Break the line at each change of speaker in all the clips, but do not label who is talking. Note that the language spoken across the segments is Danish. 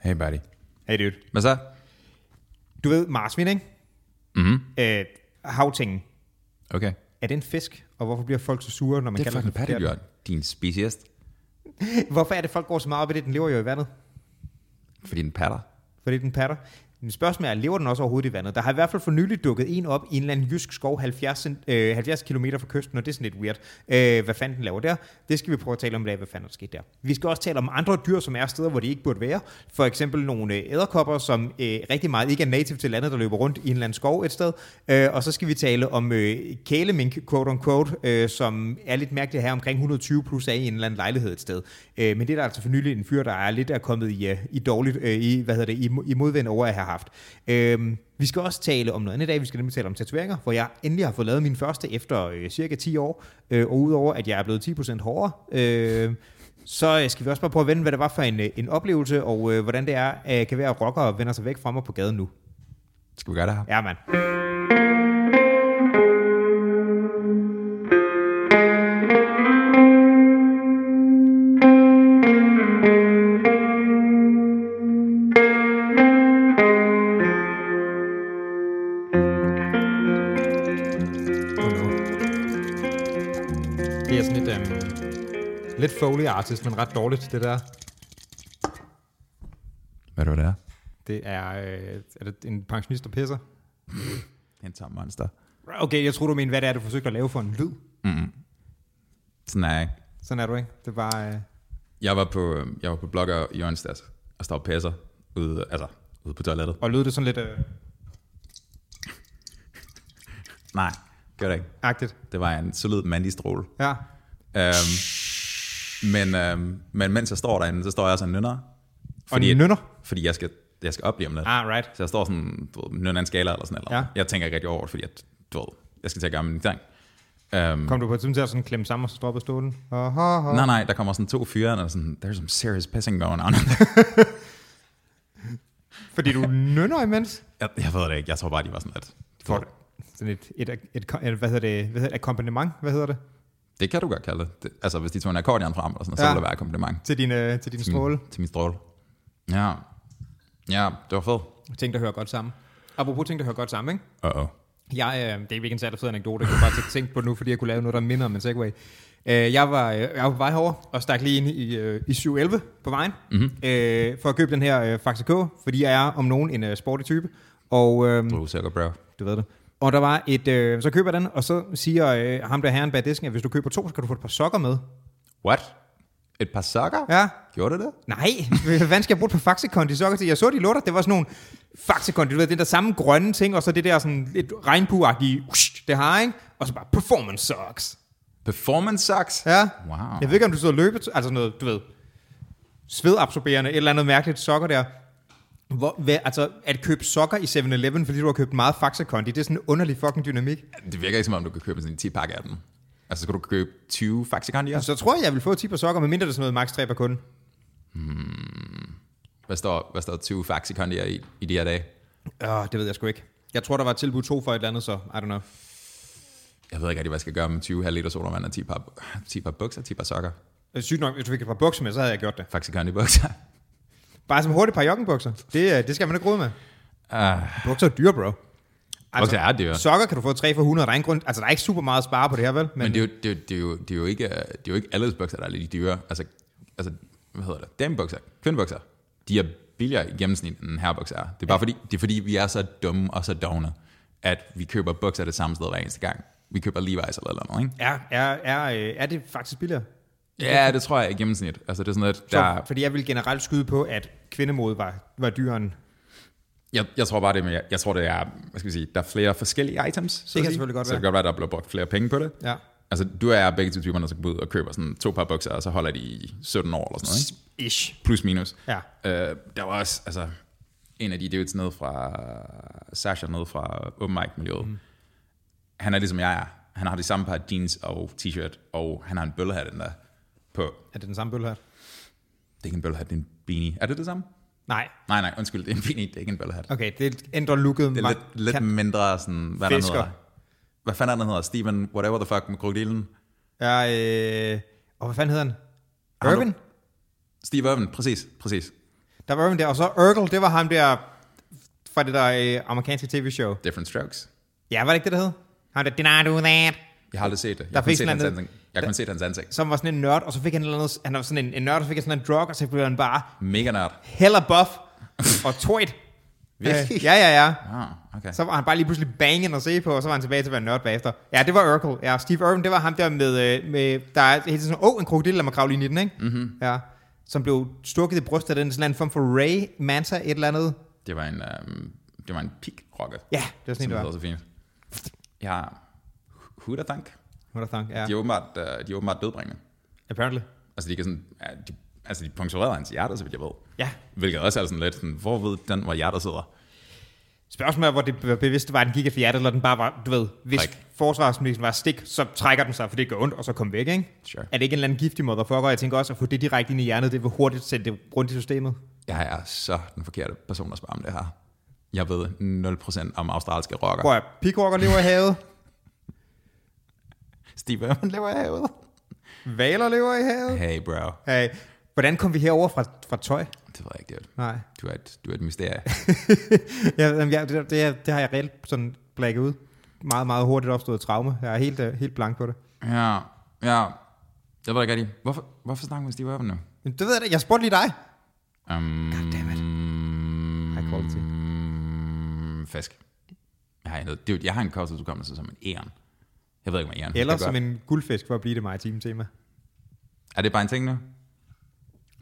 Hey buddy.
Hey dude.
Hvad så?
Du ved marsvin, ikke?
Mhm.
Øh, havtingen.
Okay.
Er det en fisk? Og hvorfor bliver folk så sure, når man
Det er
kalder
fucking
den forkert?
pattedyr, din speciest.
Hvorfor er det, folk går så meget op i det? Den lever jo i vandet.
Fordi den patter.
Fordi den patter. Men spørgsmålet er, lever den også overhovedet i vandet? Der har i hvert fald for nylig dukket en op i en eller anden jysk skov 70, cent- øh, 70 km fra kysten, og det er sådan lidt weird. Øh, hvad fanden den laver der? Det skal vi prøve at tale om i dag, hvad fanden der skete der. Vi skal også tale om andre dyr, som er steder, hvor de ikke burde være. For eksempel nogle øh, æderkopper, som øh, rigtig meget ikke er native til landet, der løber rundt i en eller anden skov et sted. Øh, og så skal vi tale om øh, kælemink, quote unquote, øh, som er lidt mærkeligt her omkring 120 plus af i en eller anden lejlighed et sted. Øh, men det er der altså for nylig en fyr, der er lidt er kommet i, øh, i dårligt, øh, i, hvad hedder det, i, mo- i modvind over at have haft. Øh, vi skal også tale om noget andet i dag. Vi skal nemlig tale om tatoveringer, hvor jeg endelig har fået lavet min første efter øh, cirka 10 år. Øh, og udover at jeg er blevet 10% hårdere, øh, så øh, skal vi også bare prøve at vende, hvad det var for en, øh, en oplevelse, og øh, hvordan det er, øh, kan være, at rockere vender sig væk fra mig på gaden nu.
Skal vi gøre det her?
Ja, mand. Det er sådan lidt, øhm, lidt foley artist, men ret dårligt, det der.
Hvad er det, det er?
Det er, øh, er det en pensionist, der pisser?
En tam monster.
Okay, jeg tror du mener, hvad det er, du forsøgte at lave for en lyd.
Mm. Sådan er jeg ikke.
Sådan er du, ikke? Det var... Øh...
Jeg var på, øh, jeg var på blogger i onsdags og stod og pisser ude, altså, ude på toilettet.
Og lød det sådan lidt øh,
Nej, gør det ikke.
agtigt.
Det var en solid mandlig stråle.
Ja.
Øhm, men, øhm, men mens jeg står derinde, så står jeg sådan nynner.
og nynner.
Fordi jeg skal, jeg skal op lige om lidt.
Ah, right.
Så jeg står sådan, du ved, nynner en skala eller sådan noget.
Ja.
Jeg tænker ikke rigtig over det, fordi jeg, du ved, jeg skal til at gøre min ting. Øhm,
Kom du på et tidspunkt til at sådan klemme sammen, og så stoppede stolen? Oh, oh, oh.
Nej, nej, der kommer sådan to fyre, og sådan, there's some serious pissing going on.
Fordi du nynner imens?
jeg, jeg ved det ikke, jeg tror bare, de var sådan lidt.
Får det. Sådan et, et, et, et, et hvad hedder det, hvad hedder det, akkompagnement, hvad hedder det,
Det kan du godt kalde det. det. Altså, hvis de tog en akkordeon frem, eller sådan, ja. så
Ja.
ville det være et kompliment.
til din, øh, til din
Til min-
stråle.
Til min stråle. Ja. Ja, det var fedt.
Ting, der hører godt sammen. Apropos ting, der hører godt sammen, ikke?
Uh-oh.
Jeg, øh, det er ikke en særlig fed anekdote, jeg kunne bare t- tænke på nu, fordi jeg kunne lave noget, der minder om en segway. Øh, jeg, var, øh, jeg var på vej herover og stak lige ind i, øh, i 711 på vejen, mm-hmm. øh, for at købe den her øh, Faxe K, fordi jeg er om nogen en øh, sporty type. Og øh,
Blue Circle Bro.
du ved det. Og der var et, øh, så køber jeg den, og så siger øh, ham der herren bag disken, at hvis du køber to, så kan du få et par sokker med.
What? Et par sokker?
Ja.
Gjorde det det?
Nej, hvad fanden skal jeg bruge et par Faxekondi sokker til? Jeg så de lutter, det var sådan nogle Faxekondi, du ved, den der samme grønne ting, og så det der sådan lidt regnbueagtige, ush, det har, ikke? Og så bare performance socks.
Performance socks?
Ja.
Wow.
Jeg ved ikke, om du sidder og løbe, altså sådan noget, du ved, svedabsorberende, et eller andet mærkeligt sokker der. Hvor, hvad, altså, at købe sokker i 7-Eleven, fordi du har købt meget Faxekondi, det er sådan en underlig fucking dynamik.
Det virker ikke, som om du kan købe sådan en 10-pakke af dem. Altså, skulle du købe 20 faxikandier?
Altså, Så tror jeg, jeg vil få 10 par sokker, medmindre det er sådan noget maks 3 per kunde. Altså-
Hvad står, hvad står 20 faxikandier i, i de her dage?
Åh, det ved jeg sgu ikke. Jeg tror, der var tilbud to for et eller andet, så I don't know.
Jeg ved ikke rigtig, hvad jeg skal gøre med 20 halv liter sodavand og 10 par, 10 par bukser, 10 par sokker.
Øh, Sygt nok, hvis du fik et par bukser med, så havde jeg gjort det.
Faxikandi bukser.
Bare som hurtigt par joggenbukser. Det, øh, det skal man ikke rode med.
Uh,
Bukser er dyre, bro. Altså,
Bukser er dyre.
Sokker kan du få 3 for 100, der er, ingen grund, altså, der er ikke super meget at spare på det her, vel? Men,
men
men
det er, jo, det, er jo, det, er jo, det, er jo ikke, øh, det er jo ikke alles bukser, der er lidt dyre. Altså, altså hvad hedder det? Damebukser, kvindebukser, de er billigere i gennemsnit, end herrebukser er. Det er bare fordi, det er fordi, vi er så dumme og så dogne, at vi køber bukser det samme sted hver eneste gang. Vi køber Levi's eller noget andet, ikke?
er, er, er, øh, er det faktisk billigere?
Ja, det tror jeg i gennemsnit. Altså, det er sådan noget,
Så,
der...
Fordi jeg vil generelt skyde på, at kvindemode var, var dyren.
Jeg, jeg tror bare det, men jeg, jeg tror, det er, hvad skal vi sige, der er flere forskellige items. Så at sige.
selvfølgelig godt
Så det
være.
kan godt være, der bliver brugt flere penge på det.
Ja.
Altså, du og jeg er begge to typerne, der skal gå ud og køber sådan to par bukser, og så holder de i 17 år eller sådan noget, ikke?
Ish.
Plus minus.
Ja.
Øh, der var også, altså, en af de dudes nede fra, Sasha nede fra Open Mic-miljøet, mm. han er ligesom jeg er. Han har de samme par jeans og t-shirt, og han har en bøllehat den der på. Det
Er det den samme bølle her?
er ikke en bøllehat, det er en beanie. Er det det samme?
Nej.
Nej, nej, undskyld, det er en beanie, det er ikke en bøllehat.
Okay, det ændrer looket.
Det er lidt, lidt mindre sådan, hvad
Fisker.
der hedder. Hvad fanden er den hedder? Steven, whatever the fuck med krokodilen.
Ja, øh, og hvad fanden hedder han?
Har du-
Urban?
Steve Irwin, præcis, præcis.
Der var Irving der, og så Urkel, det var ham der fra det der øh, amerikanske tv-show.
Different Strokes.
Ja, var det ikke det, der hed? Han der, did I do that?
Jeg har aldrig set det. Jeg
Der
har kun
findes
set,
en
hans
anden-
ansigt. Jeg har kun set hans ansigt.
Som var sådan en nørd, og så fik han, et eller andet, han var sådan en, en nørd, og så fik han sådan en drug, og så blev han bare
Mega nerd.
hella buff og tweet.
Virkelig?
ja, ja, ja.
Ah, okay.
Så var han bare lige pludselig banging at se på, og så var han tilbage til at være nørd bagefter. Ja, det var Urkel. Ja, Steve Irwin, det var ham der med, øh, med der er hele tiden sådan, åh, oh, en krokodil, lad mig kravle ind i den, ikke? Mm-hmm. Ja. Som blev stukket i brystet af den sådan en form for Ray Manta, et eller andet.
Det var en, øhm, det var en pig-rocket.
Ja, det var sådan
som
en, det
det
var.
hedder så fint. Ja, Hudadank.
What a thunk, ja.
De er åbenbart, øh, de er åbenbart dødbringende.
Apparently.
Altså, de kan sådan, ja, de, altså, de punktererede hans hjerte, så vidt jeg ved.
Ja.
Hvilket også er sådan lidt sådan, hvor ved den, hvor hjertet sidder?
Spørgsmålet er, hvor det var bevidst var, at den gik af hjertet, eller den bare var, du ved, hvis
Træk.
forsvarsministeren var stik, så trækker den sig, for det gør ondt, og så kom væk, ikke?
Sure.
Er det ikke en eller anden giftig motherfucker? Jeg tænker også, at få det direkte ind i hjernet, det vil hurtigt sætte det rundt i systemet.
Jeg er så den forkerte person at spørge om det her. Jeg ved 0% om australske rocker.
Prøv at pigrokker lever i havet,
Steve Irwin lever i havet.
valer lever i havet.
Hey, bro.
Hey, hvordan kom vi herover fra, fra tøj?
Det ved jeg ikke, det
Nej.
du er et, du er et mysterie.
Ja, jamen, jeg, det, det, det, har jeg reelt sådan blækket ud. Meget, meget hurtigt opstået traume. Jeg er helt, øh, helt blank på det.
ja, ja. Jeg ved ikke rigtig. Hvorfor, hvorfor snakker vi med Steve Irwin nu?
Men det ved jeg da. Jeg spurgte lige dig.
Um,
Goddammit. High quality.
Øhm, Mm, fisk. Jeg har, en, det, er jo- jeg har en kostudskommelse som en æren. Jeg ved ikke, hvad æren
Eller som en guldfisk, for at blive det maritime tema.
Er det bare en ting nu?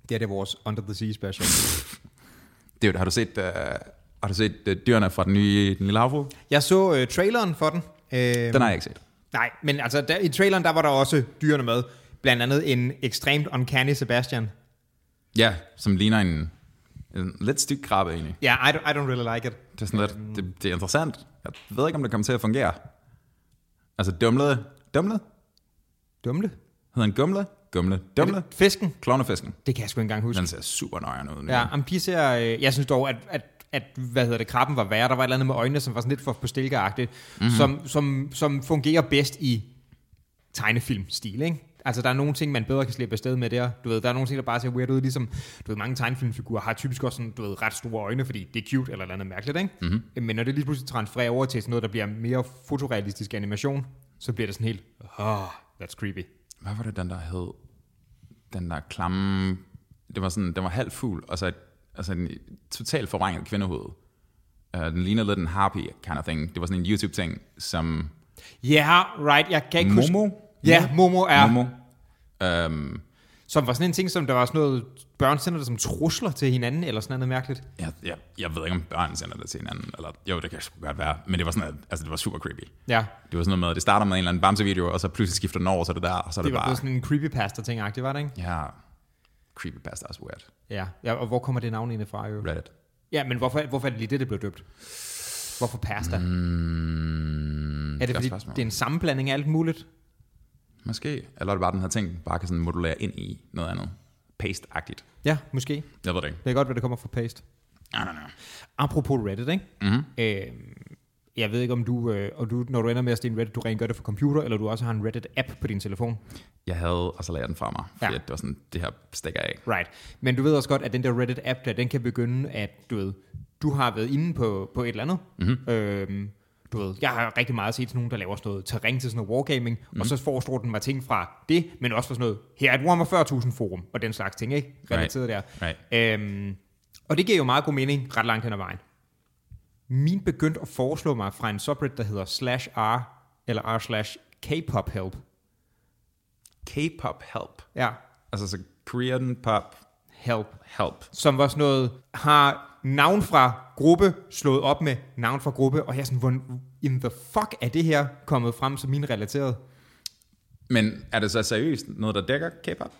Det er det vores Under the Sea special.
Det er, jo det. har du set, uh, har du set uh, dyrene fra den nye den lille havfru?
Jeg så øh, traileren for den. Øh,
Den har jeg ikke set.
Nej, men altså der, i traileren, der var der også dyrene med. Blandt andet en ekstremt uncanny Sebastian.
Ja, som ligner en, en lidt styk krabbe egentlig.
Ja, yeah, I, don't- I don't really like it.
Det er sådan
Øhm.
lidt, det, det er interessant. Jeg ved ikke, om det kommer til at fungere. Altså dumlede, dumlede?
Dumle?
Hedder han gumle? Gumle, dumle?
Fisken?
Klovnefisken.
Det kan jeg sgu ikke engang huske.
Den ser super nøjeren ud nu.
Ja, jamen, de ser, øh, jeg synes dog, at, at, at, hvad hedder det, krabben var værre. Der var et eller andet med øjnene, som var sådan lidt for postilkeagtigt, mm-hmm. som, som, som fungerer bedst i tegnefilmstil, ikke? Altså, der er nogle ting, man bedre kan slippe afsted med der. Du ved, der er nogle ting, der bare ser weird ud, ligesom, du ved, mange tegnefilmfigurer har typisk også sådan, du ved, ret store øjne, fordi det er cute eller et eller andet mærkeligt, ikke? Mm-hmm. Men når det lige pludselig transfererer over til sådan noget, der bliver mere fotorealistisk animation, så bliver det sådan helt, oh, that's creepy.
hvad var det, den der hed? Den der klamme... Det var sådan, den var halv fugl, og så et, altså en totalt forvrænget kvindehoved. Uh, den lignede lidt en harpy kind of thing. Det var sådan en YouTube-ting, som
Yeah, right, jeg kan ikke huske...
Momo.
Ja, Momo er...
Momo. Øhm,
Som var sådan en ting, som der var sådan noget, børn sender det som trusler til hinanden, eller sådan noget mærkeligt.
jeg, jeg, jeg, ved ikke, om børn sender det til hinanden. Eller, jo, det kan sgu godt være. Men det var sådan, at, altså, det var super creepy.
Ja,
Det var sådan noget med, at det starter med en eller anden bamsevideo, og så pludselig skifter den over, så er det der, og så er det,
det var
bare...
blevet sådan en creepypasta-ting, agtig var det ikke?
Ja, creepypasta er også weird.
Ja. ja, og hvor kommer det navn egentlig fra? Jo?
Reddit.
Ja, men hvorfor, hvorfor er det lige det, det blev døbt? Hvorfor pasta? Mm,
Mm,
er det, fordi
spørgsmål.
det er en sammenblanding af alt muligt?
Måske. Eller er det bare den her ting, bare kan sådan modulere ind i noget andet. Paste-agtigt.
Ja, måske. Det
Jeg ved det ikke.
er godt, hvad det kommer fra paste.
I don't know.
Apropos Reddit, ikke?
Mm-hmm.
Øh, jeg ved ikke, om du, øh, og du, når du ender med at stille Reddit, du rent gør det for computer, eller du også har en Reddit-app på din telefon.
Jeg havde, og så lagde jeg den fra mig. Fordi
Ja.
ja. det var sådan, det her stikker af.
Right. Men du ved også godt, at den der Reddit-app, der, den kan begynde, at du ved, du har været inde på, på et eller andet. Mm-hmm. Øhm, du ved, jeg har rigtig meget set sådan nogen, der laver sådan noget terræn til sådan noget wargaming, mm-hmm. og så foreslår den mig ting fra det, men også fra sådan noget, her er et Warhammer 40.000 forum, og den slags ting, ikke? Relateret
Right.
der. Øhm, og det giver jo meget god mening, ret langt hen ad vejen. Min begyndte at foreslå mig fra en subreddit, der hedder slash r, eller r slash kpop help.
K-pop help.
Ja,
Altså så Korean pop
help.
help.
som var sådan noget, har navn fra gruppe slået op med navn fra gruppe, og jeg er sådan, hvordan in the fuck er det her kommet frem som min relateret?
Men er det så seriøst noget, der dækker K-pop?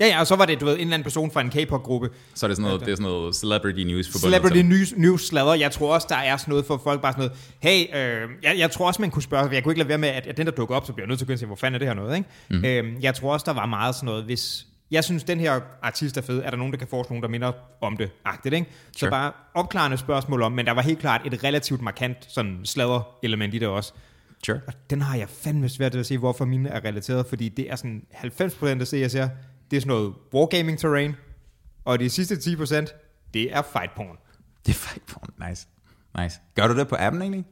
Ja, ja, og så var det, du ved, en eller anden person fra en K-pop-gruppe.
Så er det sådan noget, det er sådan noget celebrity news forbundet
Celebrity
til.
news, news sladder. Jeg tror også, der er sådan noget for folk bare sådan noget, hey, øh, jeg, jeg, tror også, man kunne spørge, jeg kunne ikke lade være med, at, at den der dukker op, så bliver jeg nødt til at gå ind og se, hvor fanden er det her noget, ikke? Mm. Øh, jeg tror også, der var meget sådan noget, hvis jeg synes, den her artist er fed. Er der nogen, der kan foreslå nogen, der minder om det? Agtigt, ikke? Så
Sure.
bare opklarende spørgsmål om, men der var helt klart et relativt markant sådan sladder-element i det også.
Sure.
Og den har jeg fandme svært ved at se, hvorfor mine er relateret, fordi det er sådan 90% af det, jeg ser, det er sådan noget wargaming terrain, og de sidste 10%, Det er fight porn.
Det er fight porn. Nice. Nice. Gør du det på appen egentlig?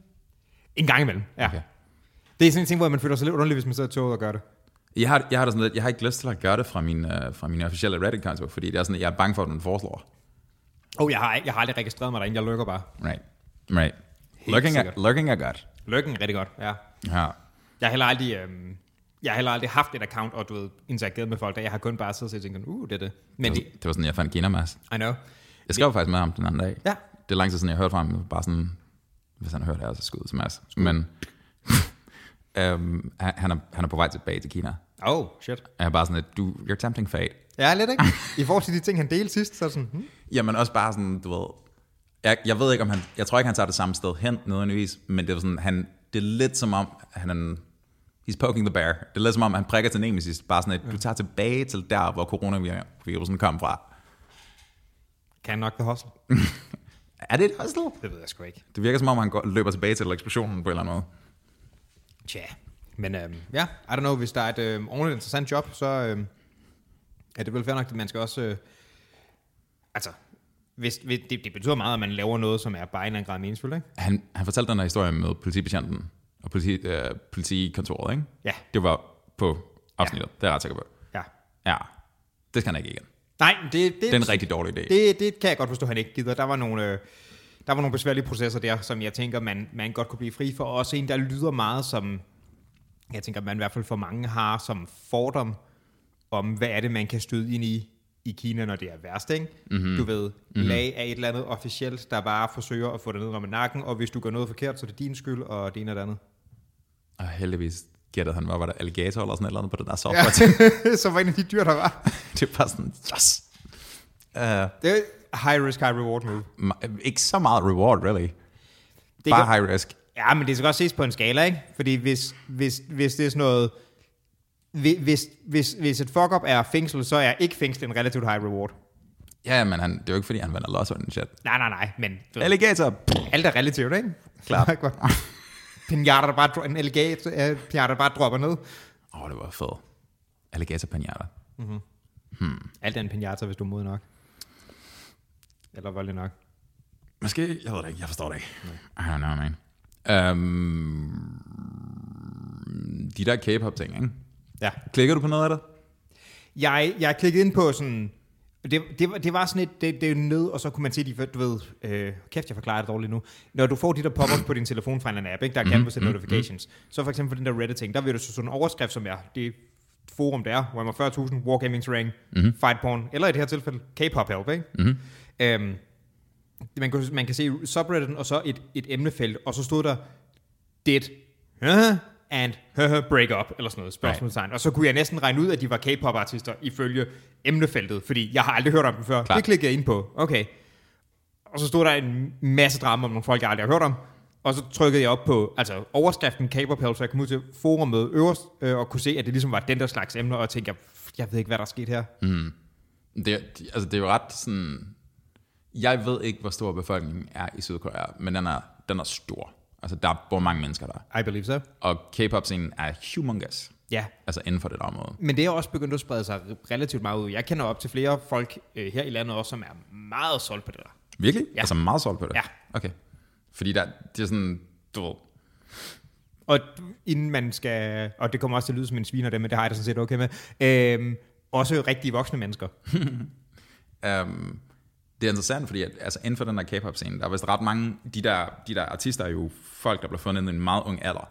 En gang imellem, ja. Okay. Det er sådan en ting, hvor man føler sig lidt underlig, hvis man sidder i toget og gør det.
Jeg har, jeg har, da sådan lidt, jeg har ikke lyst til at gøre det fra min, øh, fra min officielle Reddit-konto, fordi det er sådan, at jeg er bange for, at den foreslår.
Oh, jeg har, jeg har aldrig registreret mig derinde, jeg lukker bare.
Right. Right. Lurking er,
sikkert.
lurking er godt.
Lykken er rigtig godt, ja.
Ja.
Jeg har heller aldrig, øhm, jeg har heller aldrig haft et account og du ved, interageret med folk, der jeg har kun bare siddet og tænkt, uh, det er det. Men det,
Det var sådan, jeg fandt Ginamas.
I know.
Jeg skrev faktisk med ham den anden dag.
Ja.
Det er lang tid siden, jeg hørte fra ham. Jeg var Bare sådan, hvis han har hørt her, så skud til Mads. Men øhm, han, han er, han er på vej tilbage til Kina.
Oh, shit.
Og jeg er bare sådan lidt, du, you're tempting fate.
Ja, lidt, ikke? I forhold til de ting, han delte sidst, så er det sådan, hmm.
Jamen også bare sådan, du ved, jeg, jeg ved ikke om han, jeg tror ikke han tager det samme sted hen nødvendigvis, men det er sådan, han, det er lidt som om, han er en- he's poking the bear. Det er lidt som om, han prikker til nemesis, bare sådan, at du tager tilbage til der, hvor coronavirusen kom fra.
kan nok the hustle.
Er det et hustle?
Det ved jeg sgu ikke.
Det virker som om, han går, løber tilbage til eksplosionen på en eller anden måde.
Tja. Men øhm, ja, I don't know, hvis der er et øhm, ordentligt interessant job, så øhm, er det vel fair nok, at man skal også... Øh, altså, hvis, hvis, det, det betyder meget, at man laver noget, som er bare en eller anden grad meningsfuldt, ikke?
Han, han fortalte den her historie med politibetjenten og politi, øh, politikontoret, ikke?
Ja.
Det var på afsnittet, ja. det er jeg ret sikker på.
Ja.
Ja, det skal han ikke igen.
Nej, det, det,
Det er en rigtig dårlig idé.
det, det kan jeg godt forstå, han ikke gider. Der var nogle... Øh, der var nogle besværlige processer der, som jeg tænker, man, man godt kunne blive fri for. Også en, der lyder meget som, jeg tænker, man i hvert fald for mange har som fordom om, hvad er det, man kan støde ind i i Kina, når det er værst, ikke?
Mhm.
Mm-hmm. Du ved, mm-hmm. lag af et eller andet officielt, der bare forsøger at få dig ned om nakken, og hvis du gør noget forkert, så er det din skyld, og det ene og det andet.
Og heldigvis gættede han, hvad var der alligator eller sådan et eller andet på den der software. Ja.
så var en af de dyr, der var.
det var sådan, yes! Uh,
Det er high risk, high reward move.
ikke så meget reward, really.
Det
Bare
kan-
high risk.
Ja, men det skal godt ses på en skala, ikke? Fordi hvis, hvis, hvis det er sådan noget... hvi- Hvis, hvis, hvis et fuck-up er fængsel, så er ikke fængsel en relativt high reward.
Ja, men han, det er jo ikke, fordi han vandt loss og den shit.
Nej, nej, nej, men du ved,
Alligator! Pff,
alt er relativt, ikke?
Klart.
Meget godt. Pinata, der bare, dro- en alligator, uh, pinata, der bare dropper ned.
Åh, oh, det var fedt. Alligator panjata.
Alt er en pinata, hvis du er mod nok. Eller voldelig nok.
Måske, jeg ved det ikke, jeg forstår det ikke. I don't know, man. Um, de der K-pop ting, ikke?
Ja.
Klikker du på noget af det?
Jeg, jeg klikkede ind på sådan... Det, det, var- det var sådan et, det, det er ned, og så kunne man se de, du ved, øh, kæft, jeg forklarer det dårligt nu. Når du får de der pop på din telefon fra en eller anden app, ikke, der kan på sende notifications, så for eksempel for den der Reddit-ting, der vil du så sådan en overskrift, som er det forum, der er, hvor man 40.000, wargaming terrain, mm-hmm. fight porn, eller i det her tilfælde, K-pop help, ikke? Mm-hmm. Øhm, man, kan, man kan se subredditen, og så et, et emnefelt, og så stod der, did uh, and uh, break up, eller sådan noget, spørgsmålstegn. Og så kunne jeg næsten regne ud, at de var K-pop-artister ifølge emnefeltet, fordi jeg har aldrig hørt om dem før. Klar. Det klikkede jeg ind på. Okay. Og så stod der en masse drama om nogle folk, jeg aldrig har hørt om. Og så trykkede jeg op på altså, overskriften K-pop Hell, så jeg kom ud til forummet øverst, øh, og kunne se, at det ligesom var den der slags emner, og tænkte, jeg, "Pff, jeg ved ikke, hvad der er sket her. Mm.
Det, er- altså, det er jo ret sådan... Jeg ved ikke, hvor stor befolkningen er i Sydkorea, men den er, den er stor. Altså, der bor mange mennesker der.
I believe so.
Og K-pop-scenen er humongous.
Ja,
Altså inden for det der område.
Men det er også begyndt at sprede sig relativt meget ud. Jeg kender op til flere folk øh, her i landet også, som er meget solgt på det der.
Virkelig?
Ja.
Altså meget solgt på det?
Ja.
Okay. Fordi der, det er sådan, du ved,
Og d- inden man skal, og det kommer også til at lyde som en sviner, det, men det har jeg da sådan set okay med, øh, også rigtige voksne mennesker.
um, det er interessant, fordi at, altså, inden for den der K-pop-scene, der er vist ret mange, de der, de der artister er jo folk, der bliver fundet i en meget ung alder,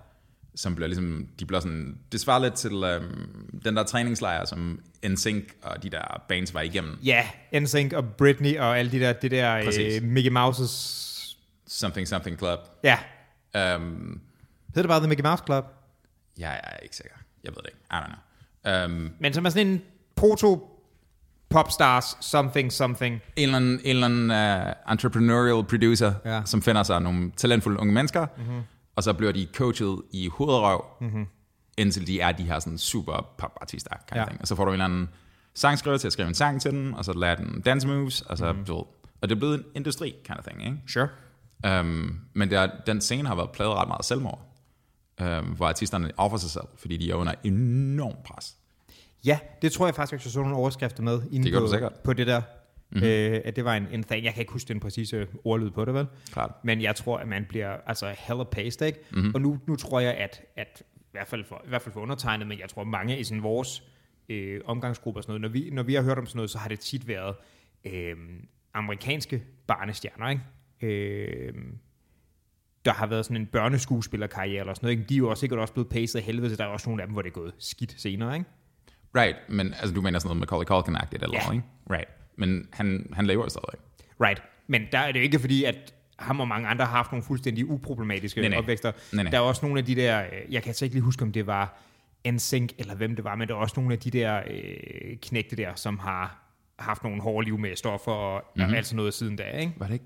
som bliver ligesom, de bliver sådan, det svarer lidt til um, den der træningslejr, som NSYNC og de der bands var igennem.
Ja, NSYNC og Britney og alle de der, det der
Præcis.
øh, Mickey Mouse's...
Something Something Club.
Ja,
Um,
hedder det bare The Mickey Mouse Club?
jeg er ikke sikker. Jeg ved det ikke. I don't know. Um,
Men som er sådan en proto popstars something something.
en eller anden, en eller anden uh, entrepreneurial producer,
Ja.
ja. som finder sig nogle talentfulde unge mennesker, mm-hmm. og så bliver de coachet i hovedrøv, mm-hmm. indtil de er de her sådan super popartister.
Ja.
Ja. Og så får du en eller anden sangskriver til at skrive en sang til den, og så lærer den dance moves, og så, mm-hmm. du ved, og det er blevet en industri, kind of thing, ikke?
Sure.
Um, men der, den scene har været plaget ret meget af selvmord, um, hvor artisterne offer sig selv, fordi de er under enorm pres.
Ja, det tror jeg faktisk, jeg så nogle overskrifter med inde
Det gør
på,
du sikkert.
på det der. Mm-hmm. Øh, at det var en, en thing. Jeg kan ikke huske den præcise ordlyd på det, vel?
Klart.
Men jeg tror, at man bliver altså hella paced, ikke? Mm-hmm. Og nu, nu tror jeg, at, at i, hvert fald for, i hvert fald for undertegnet, men jeg tror mange i sådan vores øh, omgangsgruppe og sådan noget, når vi, når vi har hørt om sådan noget, så har det tit været øh, amerikanske barnestjerner, ikke? Øh, der har været sådan en børneskuespillerkarriere eller sådan noget, ikke? de er jo også sikkert også blevet paced af helvede, så der er også nogle af dem, hvor det er gået skidt senere, ikke?
Right, men altså, du mener sådan noget Macaulay Culkin-agtigt eller
Ja.
noget, ikke? Right. Men han, han lever stadig.
Right. Men der er det jo ikke fordi, at ham og mange andre har haft nogle fuldstændig uproblematiske
Nej,
nej,
nej.
nej. opvækster.
Nej, nej.
Der er også nogle af de der, øh, jeg kan altså ikke lige huske, om det var NSYNC eller hvem det var, men der er også nogle af de der øh, knægte der, som har haft nogle hårde liv med stoffer og
Mhm.
mm-hmm. alt sådan noget siden da, ikke?
Var det ikke,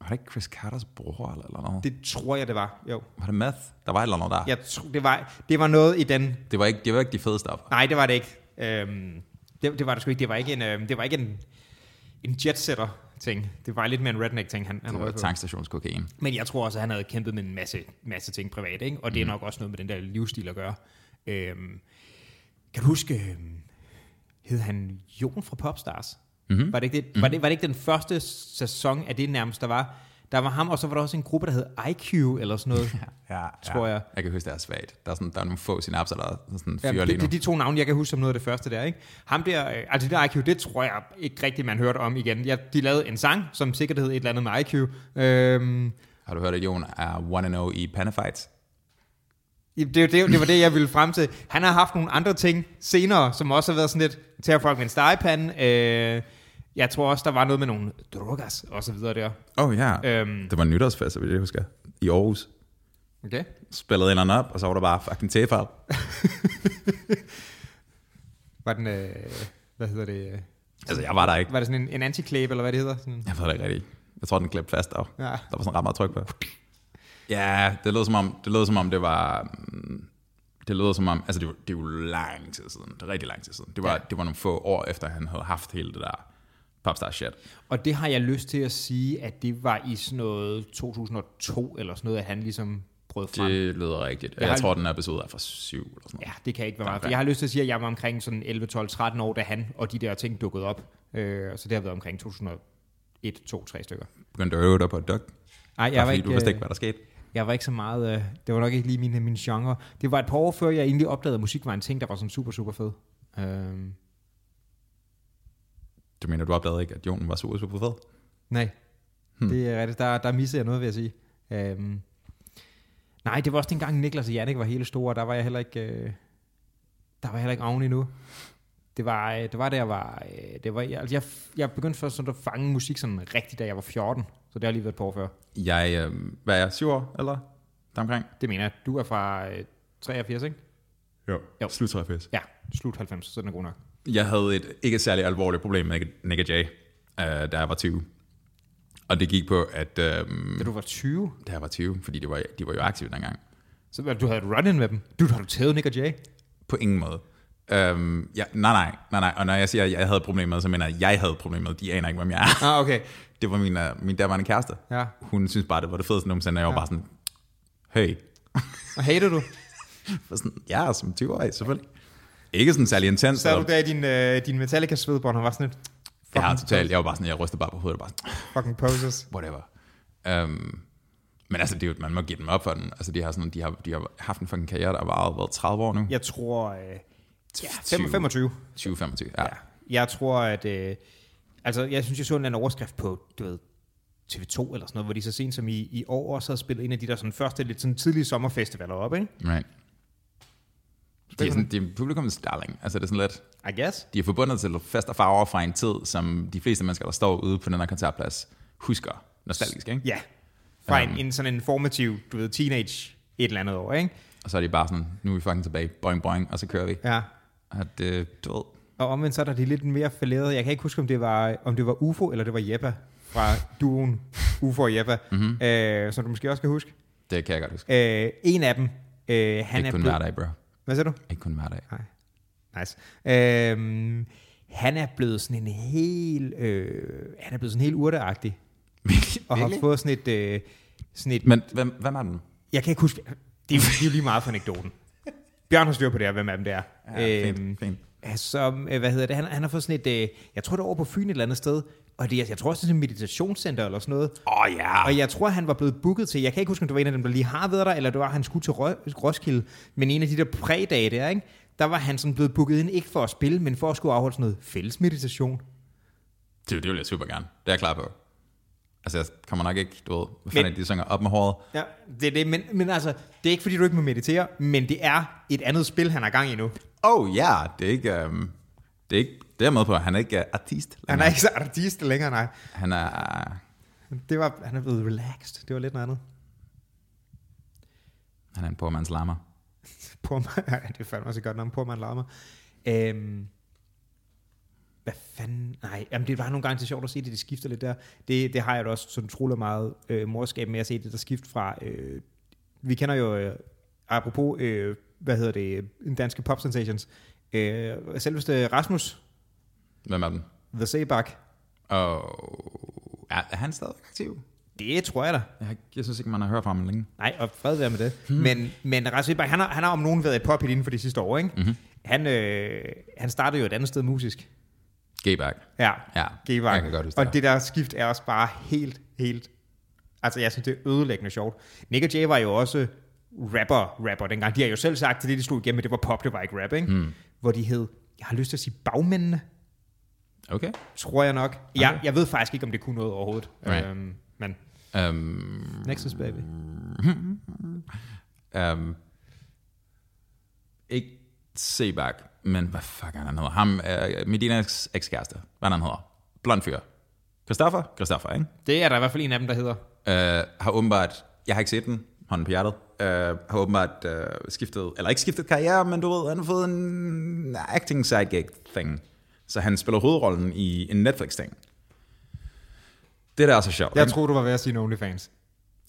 var det ikke Chris Carters bror eller, eller noget? Det,
Det tror jeg, det var. Jo.
var det meth? Der var et eller andet der.
Jeg tro, det, var, det var noget i den...
Det, var ikke, det var ikke de fede stoffer.
Nej, det var det ikke. Øhm, det, det, var det sgu ikke. Det var ikke en, øhm, det var ikke en, en jetsetter-ting. Det var lidt mere en redneck-ting, han, han
Det
røg
var
på.
tankstationskokain.
Men jeg tror også, at han havde kæmpet med en masse, masse ting privat, ikke? og det
Mm.
er nok også noget med den der livsstil at gøre. Øhm, kan du huske, øhm, hed han Jon fra Popstars? Mm-hmm. Var, det ikke det, mm-hmm. var, det, var det ikke den første sæson af det nærmest, der var? Der var ham, og så var der også en gruppe, der hed IQ eller sådan noget,
Ja,
tror jeg.
Jeg kan huske, det er svagt. Der er, sådan, der er nogle få synapser, der er sådan
Ja,
fyrer
det,
lige
det
nu.
er de to navne, jeg kan huske som noget af det første der, ikke? Ham der, øh, altså det der IQ, det tror jeg ikke rigtigt, man hørte om igen. Ja, de lavede en sang, som sikkert hed et eller andet med IQ. Øhm,
Har du hørt, at Jon er 1-0 i Panafights?
Jamen, Det, det, det var det, jeg ville frem til. Han har haft nogle andre ting senere, som også har været sådan lidt til at folk med en stegepande. Øh, jeg tror også, der var noget med nogle drogas og så videre der.
Åh oh, ja,
Øhm.
det var en nytårsfest, vil jeg huske, i Aarhus.
Okay.
Spillede en eller anden op, og så var der bare fucking tefald.
Var den, øh, hvad hedder det, øh,
Altså, jeg var der ikke.
var det sådan en, en antiklæb, eller hvad det hedder? Sådan,
Jeg ved det ikke rigtigt. Jeg tror, den klæbte fast der.
Ja.
Der var sådan ret meget tryk på. Ja, det lød som om, det, lød, som om det var... mm, Det lød som om, altså det var, det var lang tid siden, det er rigtig lang tid siden. Det var, ja. det var nogle få år efter, han havde haft hele det der popstar shit.
Og det har jeg lyst til at sige, at det var i sådan noget 2002 eller sådan noget, at han ligesom brød frem.
Det lyder rigtigt. Jeg,
Jeg
jeg
har-
tror, den her episode er fra syv eller sådan noget.
Ja, det kan ikke være meget.
Okay.
Jeg har lyst til at sige, at jeg var omkring sådan 11, 12, 13 år, da han og de der ting dukkede op. Øh, så det har været omkring 2001, 2, 3 stykker.
Begyndte at øve dig på et duk.
Ej,
Bare fordi du vidste ikke, øh, hvad der skete.
Jeg var ikke så meget, øh, det var nok ikke lige min, min genre. Det var et par år før, jeg egentlig opdagede, at musik var en ting, der var sådan super, super fed. Øhm,
Du mener, du opdagede ikke, at Jon var super, super fed?
nej, hmm. det er rigtigt. Der, der missede jeg noget, vil jeg sige. Øhm, nej, det var også dengang Niklas og Jannik var hele store, og der var jeg heller ikke, øh, der var jeg heller ikke oven endnu. Det var, øh, det var da jeg var, øh, det var, jeg, altså jeg, jeg begyndte først sådan at fange musik sådan rigtigt, da jeg var 14. Så det har lige været et par år før.
Jeg, øh, hvad er jeg, syv år eller deromkring?
Det mener jeg, du er fra øh, 83, ikke?
Jo.
Jo.
Slut 83.
Ja, slut 90, så den er god nok.
Jeg havde et ikke særlig alvorligt problem med Nick og Jay, øh, da jeg var 20. Og det gik på, at øh,
Da du var 20,
da jeg var 20, fordi de var, de var jo aktive dengang.
Så hvad, du havde et run-in med dem? Du har du taget Nick og Jay?
På ingen måde. Øhm, ja, nej, nej, nej, nej. Og når jeg siger, at jeg havde problemer med, så mener jeg, at jeg havde problemer med. De aner ikke, hvem jeg er.
Ah, okay.
Det var min, øh, min daværende kæreste.
Ja.
Hun synes bare, det var det fedeste nogensinde, og jeg var bare sådan, hey.
Og hater du?
Og sådan, ja, som 20-årig, selvfølgelig. Ikke sådan særlig intens.
Så er du
eller-
der i din, øh, din Metallica-svedbånd, og var sådan et
jeg har totalt, jeg var bare sådan, jeg ryster bare på hovedet, og bare sådan,
fucking poses.
whatever. Um, men altså, det er jo, man må give dem op for den. Altså, de har, sådan, de har, de har haft en fucking karriere, der har varet været 30 år nu.
Jeg tror... Øh, ja,
20.
25.
20-25, ja. ja.
Jeg tror, at... Øh, altså, jeg synes, jeg så en eller anden overskrift på, du ved, TV2 eller sådan noget, hvor de så sent som i, i år også havde spillet en af de der sådan første lidt sådan tidlige sommerfestivaler op, ikke?
Right. De er, sådan, de er publikums darling. Altså, det er sådan lidt...
I guess.
De er forbundet til fest og farver fra en tid, som de fleste mennesker, der står ude på den her koncertplads, husker nostalgisk, ikke?
Ja. Fra en, en sådan en formativ, du ved, teenage et eller andet år, ikke?
Og så er de bare sådan, nu er vi fucking tilbage, boing, boing, og så kører vi.
Ja.
Og det, du ved,
Og omvendt så er der de lidt mere fallerede. Jeg kan ikke huske, om det var, om det var UFO eller det var Jeppa fra duoen UFO og Jeppa,
Mhm.
mm-hmm. øh, som du måske også kan huske.
det kan jeg godt huske.
Øh, en af dem, øh, han
ikke
er
kun
blevet...
hverdag, bro.
Hvad siger du?
Ikke kun hverdag.
Nej. Nice. Øh, han er blevet sådan en helt... Øh, han er blevet sådan helt urteagtig. Og har fået sådan et... Øh, sådan et
Men hvem, hvem er den?
jeg kan ikke huske... Det er Øhm, jo, det er jo lige meget for anekdoten. Bjørn har styr på det her, hvem af dem det er.
Ja, fint, fint.
som, øh, hvad hedder det, han, han har fået sådan et, øh, jeg tror det er over på Fyn et eller andet sted, og det, er- jeg tror også det er sådan et meditationscenter eller sådan noget.
Åh oh, ja.
Og jeg tror, han var blevet booket til, jeg kan ikke huske, om det var en af dem, der lige har været der, eller det var, han skulle til Rø- Roskilde, men en af de der prædage der, ikke? der var han sådan blevet booket ind, ikke for at spille, men for at skulle afholde sådan noget fælles meditation.
Det, det vil jeg super gerne. Det er jeg klar på. Altså, jeg kommer nok ikke, du ved, hvad fanden er det, de synger op med håret.
Ja, det er det, men, men altså, det er ikke fordi, du ikke må meditere, men det er et andet spil, han har gang i nu.
Oh ja, yeah. det er ikke, um, det er ikke, det er jeg med på, han er ikke uh, artist.
Han er ikke så artist længere, nej.
Han er,
Det var, han er blevet relaxed, det var lidt noget andet.
han er en poor man's lammer.
Porman, ja, det er fandme også et godt navn, Porman Lama. Øhm, hvad fanden, nej, jamen det var nogle gange til sjovt at se det, det skifter lidt der. Det, det har jeg da også sådan trolig meget øh, morskab med at se det, der skift fra, øh, vi kender jo, øh, apropos, øh, hvad hedder det, øh, danske pop sensations, øh, selveste Rasmus,
Hvem er den?
The Sebak,
Og er, er han stadig aktiv?
det tror jeg da.
Jeg, har ikke- jeg synes ikke, man har hørt fra ham længe.
Nej, og fred være med det. Hmm. Men, men Rasmus Sebak, han har, han har om nogen været et pop inden for de sidste år, ikke? Mm-hmm. Han, øh, han startede jo et andet sted musisk.
G-back.
Ja,
Ja,
G-Vang.
jeg kan godt huske
Og
det.
det der skift er også bare helt, helt... Altså, jeg synes, det er ødelæggende sjovt. Nick og Jay var jo også rapper, rapper dengang. De har jo selv sagt til det, de slog igennem, at det var pop, det var ikke rap, ikke?
Hmm.
Mm. Hvor de hed, jeg har lyst til at sige bagmændene,
Okay.
tror jeg nok. Okay. Jeg, jeg ved faktisk ikke, om det kunne noget overhovedet.
Right.
Øhm, men
Um,
Nexus, baby.
um, ikke C-back, men hvad fuck er han hedder? Ham er Medinas ekskæreste. Hvad er han hedder? Blond fyr. Christoffer? Christoffer, ikke?
Det er der i hvert fald en af dem, der hedder.
øh, har åbenbart, jeg har ikke set den, hånden på hjertet, øh, har åbenbart øh, skiftet, eller ikke skiftet karriere, men du ved, han har fået en acting sidegig thing. Så han spiller hovedrollen i en Netflix-ting. Det der er så sjovt.
Jeg tror du var ved at sige en OnlyFans.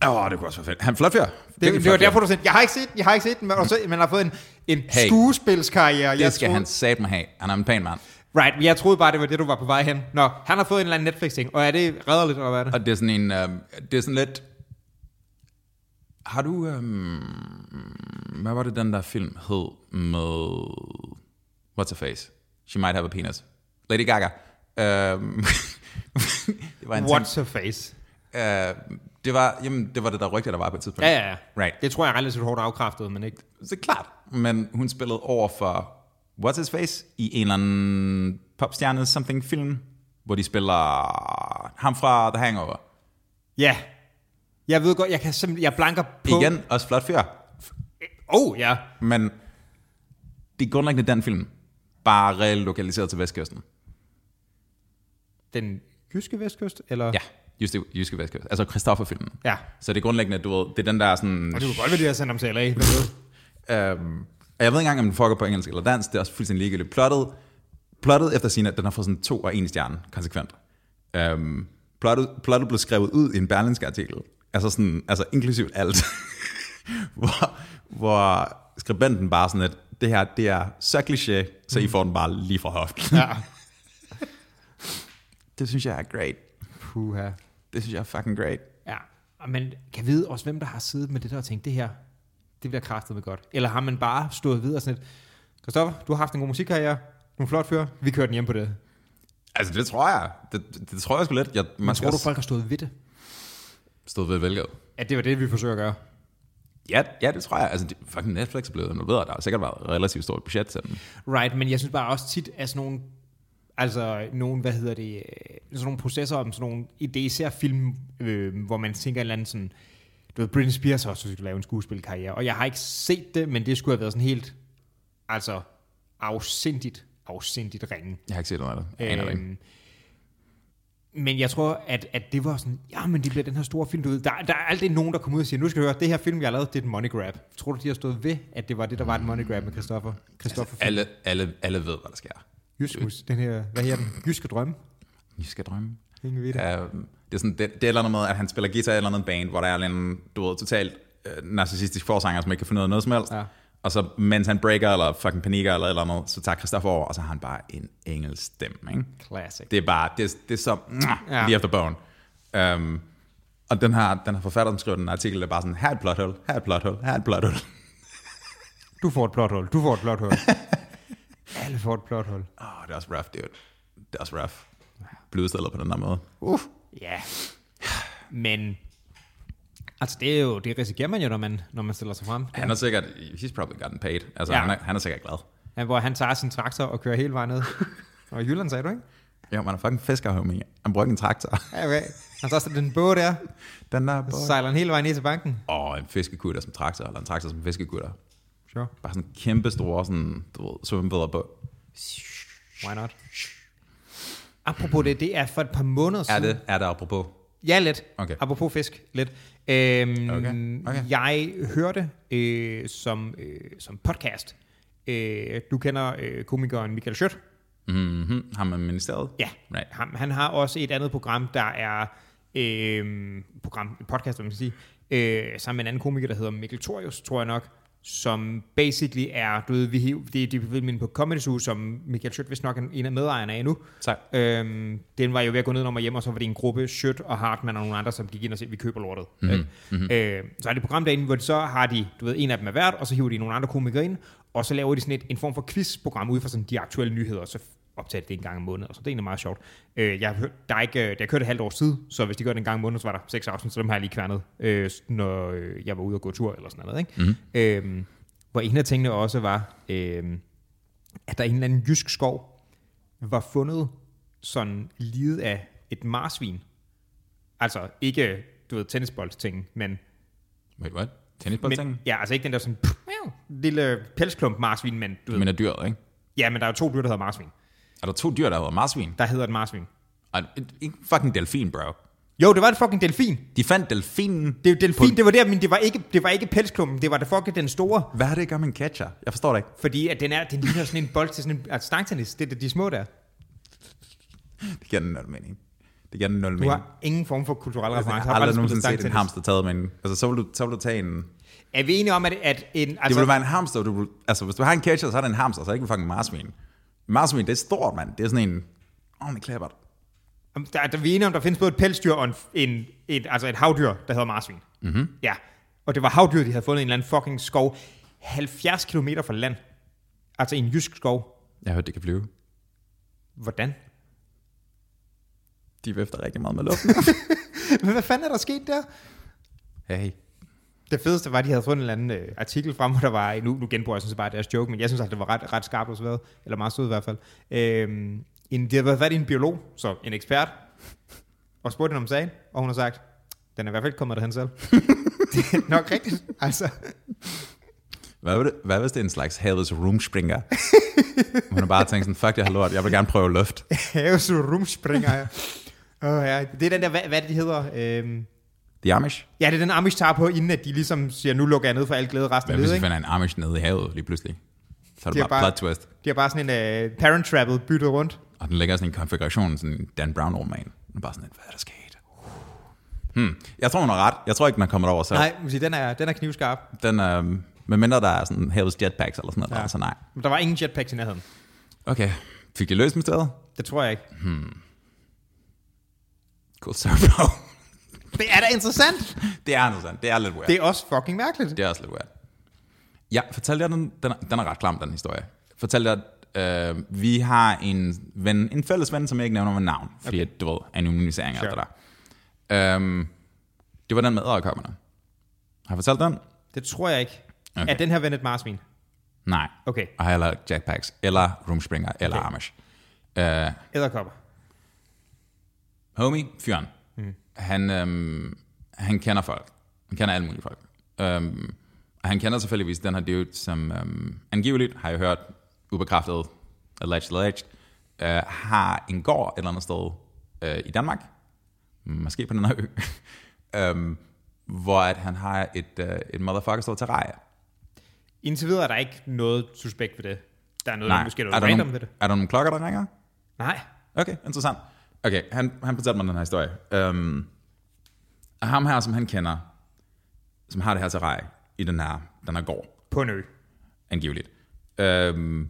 Åh, oh, det kunne også være fedt. Han er en flot fyr.
Det,
Virkelig
det, det var
flot fyr.
derfor, du sagde, jeg har ikke set den, jeg har ikke set den, men, og så, man har fået en, en hey,
Hey,
skuespilskarriere. Jeg
Det skal han sat mig have. Han er en pæn mand.
Right, men jeg troede bare, det var det, du var på vej hen. Nå, han har fået en eller anden Netflix-ting, og er det redderligt, eller hvad er det?
Og det er sådan en, øh, det er sådan lidt... Har du... Øh, hvad var det, den der film hed med... What's her face? She might have a penis. Lady Gaga. Øh, det var en ting.
What's her face?
Øh, det var, jamen, det var det der rygte, der var på et tidspunkt.
Ja, ja, ja.
Right.
Det tror jeg er relativt hårdt afkræftet, men ikke.
Så klart. Men hun spillede over for What's His Face i en eller anden popstjerne something film, hvor de spiller ham fra The Hangover.
Ja. Jeg ved godt, jeg kan simpelthen, jeg blanker på...
Igen, også flot fyr.
Oh, ja.
Men det er grundlæggende den film, bare reelt lokaliseret til Vestkysten.
Den jyske vestkyst, eller?
Ja, just det, Jyske Vestkyst. Altså Christoffer-filmen.
Ja.
Så det er grundlæggende, du ved, det er den der sådan...
Og det kunne godt være, de har sendt ham til LA. Hvad ved?
Øhm, og jeg ved ikke engang, om den foregår på engelsk eller dansk. Det er også fuldstændig ligegyldigt. Plottet, plottet efter sin, at den har fået sådan to og en stjerne konsekvent. Øhm, plottet, plottet blev skrevet ud i en berlinske artikel. Altså, sådan, altså inklusivt alt. hvor, hvor skribenten bare sådan, at det her, det er så kliché, så
Mm.
I får den bare lige fra hoften.
Ja.
Det synes jeg er great.
Puha.
Det synes jeg er fucking great.
Ja. Og Man kan vide også, hvem der har siddet med det der og tænkt, det her, det bliver kraftet med godt. Eller har man bare stået videre sådan lidt, Kristoffer, du har haft en god musikkarriere, du er en flot fyr, vi kører den hjem på det.
Altså, det tror jeg. Det, det tror jeg sgu lidt. Jeg, man
Men
skal
tror du,
også
folk har stået ved det?
stå ved vælget.
At det var det, vi forsøger at gøre.
Ja, ja, det tror jeg. Altså, det, fucking Netflix er blevet involveret. Der har sikkert været et relativt stort budget til dem.
Right, men jeg synes bare også tit, at sådan nogle, altså nogle, hvad hedder det, øh, sådan nogle processer om sådan nogle, i det er især film, øh, hvor man tænker en eller anden sådan, du ved, Britney Spears har også forsøgt at lave en skuespilkarriere, og jeg har ikke set det, men det skulle have været sådan helt, altså afsindigt, afsindigt ringe.
Jeg har ikke set noget af det. Jeg aner det ikke.
Øhm, men jeg tror, at, at det var sådan, ja, men det bliver den her store film, du ved. Der, der er altid nogen, der kommer ud og siger, nu skal du høre, det her film, jeg har lavet, det er et money grab. Tror du, de har stået ved, at det var det, der var et money grab med Christoffer? Christoffer altså,
Alle, alle, alle ved, hvad der sker.
Jyskus, den her, hvad hedder den? Jyske drømme?
I skal drømme.
Ingen ved det. Ja.
Uh, det er sådan, det, det er et eller andet med, at han spiller guitar i et eller andet band, hvor der er en, eller anden, du ved, totalt uh, narcissistisk forsanger, som ikke kan finde ud af noget som helst.
Ja.
Og så mens han breaker, eller fucking panikker, eller et eller andet, så tager Christoffer over, og så har han bare en engelsk stemme, ikke?
Classic.
Det er bare, det, er- det er så
Ja.
ja. lige efter bogen. Um, og den her, den her forfatter, som skrev den artikel, der er bare sådan, her er et plot hole, her er et plot hole, her er et plot hole.
Du får et plot hole, du får et plot hole. Alle får et plot hole.
Åh, oh, det er også rough, dude. Det er også rough. Blødstiller på den der måde.
Uh.
Uff.
Ja. Men, altså det er jo, det risikerer man jo, når man, når man stiller sig frem.
Han er sikkert, he's probably gotten paid. Altså,
Ja.
ja. han, er, han er sikkert glad.
Ja, Hvor han tager sin traktor og kører hele vejen ned. Og i Jylland sagde du, ikke?
Jo, man er fucking fisker, homie. Han brugte en traktor.
Ja, okay. Han tager sådan den båd der,
Den der
så
båd.
sejler han hele vejen ned til banken.
Åh, en fiskekutter som traktor, eller en traktor som fiskekutter.
Sure,
Bare sådan kæmpe store, sådan, du ved, svømmevedder på.
why not? Apropos det, det er for et par måneder
Er
siden.
det, er det apropos?
Ja, lidt.
Okay.
Apropos fisk, lidt. Øhm,
Okay, okay.
Jeg hørte øh, som, øh, som podcast, øh, du kender øh, komikeren Michael Schødt.
Mhm, ham med ministeriet?
Ja,
Right.
ham, han har også et andet program, der er øh, program, et podcast, hvad man skal sige, øh, sammen med en anden komiker, der hedder Mikkel Torius, tror jeg nok, som basically er, du ved, vi, hiv- det, det vi minde på Comedy Zoo, som Michael Schødt vist nok er en af medejerne af nu.
Sej.
Øhm, den var jo ved at gå ned om og hjem, og så var det en gruppe, Schødt og Hartmann og nogle andre, som gik ind og sagde, vi køber lortet. Mm-hmm. Mm-hmm. Øh, så er det programdagen, hvor de så har de, du ved, en af dem er vært, og så hiver de nogle andre komikere ind, og så laver de sådan et, en form for quizprogram ud fra sådan de aktuelle nyheder, og så optager de det en gang om måneden, og så det er egentlig meget sjovt. Øh, jeg har hørt, der er ikke, øh, det har kørt et halvt år siden, så hvis de gør det en gang om måneden, så var der seks afsnit, så dem har jeg lige kværnet, øh, når øh, jeg var ude og gå tur eller sådan noget. Ikke? Mm-hmm. Øh, hvor en af tingene også var, øh, at der er en eller anden jysk skov, var fundet sådan lidet af et marsvin. Altså ikke, du ved, tennisboldting, men,
Wait, what?
men
Tennisboldtingen?
ja, altså ikke den der sådan pff, miau, lille pelsklump marsvin, men du ved,
Men er dyret, ikke?
ja, men der er jo to dyr, der hedder marsvin.
Er der to dyr, der hedder marsvin?
Der hedder et marsvin.
Og en- en- en fucking delfin, bro.
Jo, det var det fucking delfin.
De fandt delfinen.
Det er jo delfin, det var der, men det var ikke, det var ikke pelsklumpen, det var det fucking den store.
Hvad har det at gøre med en catcher? Jeg forstår det ikke.
Fordi at den, er, den ligner sådan en bold til sådan en altså stangtennis, det er de små der.
Det giver den nul mening. Det giver den nul
Du
mening.
har ingen form for kulturel
Altså,
reference.
jeg
Jeg
har
bare
aldrig
spillet
nogensinde set en
stangtennis.
hamster taget med en... Altså, så vil du, så vil du tage en... Det
Er vi enige om, at, at en... Altså,
ville være en hamster, du vil, Altså, hvis du har en catcher, så er det en hamster, så er det ikke en fucking marsvin. Marsvin, det er stort, mand. Det er sådan en... Åh, oh, klappert.
Om Der, der, vi er enige om, der findes både et pelsdyr og en, en, et, altså et havdyr, der hedder marsvin.
Mhm.
Mm-hmm. Ja, og det var havdyr, de havde fundet i en eller anden fucking skov 70 km fra land. Altså i en jysk skov.
Jeg hørte, det kan flyve.
Hvordan?
De vifter rigtig meget med luften.
Men hvad fanden er der sket der?
hey.
Det fedeste var, at de havde fundet en eller anden øh, artikel frem, hvor der var, nu, nu genbruger jeg sådan set bare deres joke, men jeg synes, at det var ret, ret skarpt og sådan eller meget sødt i hvert fald. Øhm, en, det havde været en biolog, så en ekspert, og spurgte hende om sagen, og hun har sagt, den er i hvert fald ikke kommet derhen selv. det er nok rigtigt, altså.
Hvad, vil det, hvad hvis det er en slags havets roomspringer? Hun har bare tænkt sådan, fuck, jeg har lort, jeg vil gerne prøve luft.
Havs rumspringer, ja. Oh, ja. Det er den der, hvad, hvad er det, de hedder? Øhm,
The Amish?
ja, det er den Amish tager på, inden at de ligesom siger, nu lukker jeg ned for alt glæde resten
Hvad
af
hvis
livet,
vi
ikke?
finder en Amish nede i havet lige pludselig? Så er det,
Det er
bare,
bare-
bare plot twist.
De har bare sådan en uh, parent travel byttet rundt.
Og den ligger sådan i en konfiguration, sådan en Dan Brown roman. Den er bare sådan, hvad er der sket? Hmm. Jeg tror, hun har ret. Jeg tror ikke, man kommer derover selv.
Nej, man siger, den er, den er knivskarp.
Den, øh, med mindre der er sådan havets jetpacks eller sådan noget, ja.
Ja.
der, er, så nej.
Men der var ingen jetpacks i nærheden.
Okay. Fik de løst mysteriet?
Det tror jeg ikke.
Cool story, bro.
Det er da interessant.
det er interessant. Det er lidt weird.
Det
Det,
er også fucking mærkeligt.
det er også lidt weird. Ja, fortæl jer, den, den, er, den er ret klam, den historie. Fortæl jer, øh, vi har en, ven, en fælles ven, som jeg ikke nævner med navn, fordi okay. du ved, anonymisering og alt
Sure.
det der. Øhm, det var den med æderkopperne. Har jeg fortalt den?
Det tror jeg ikke. Okay.
Okay.
Er den her ven et marsvin?
Nej.
Okay,
Og har heller ikke jackpacks, eller roomspringer, eller
Okay.
okay. Amish. Øh,
æderkopper.
homie, fyren, mm. han, øhm, han kender folk. Han kender alle mulige folk. Øhm, og han kender selvfølgelig den her dude, som øhm, angiveligt, har jeg hørt, ubekræftet, alleged, alleged, øh, har en gård et eller andet sted øh, i Danmark, måske på den her ø, øhm, hvor at han har et, øh, et motherfucker stort terrarie.
Indtil videre er der ikke noget suspekt ved det. Der er noget, der måske er noget
er der,
random
nogle,
ved det.
er der nogle klokker, der ringer?
Nej.
Okay, interessant. Okay, han, han fortalte mig den her historie. Um, og ham her, som han kender, som har det her terrarie i den her, den her gård,
På en ø.
angiveligt. Um,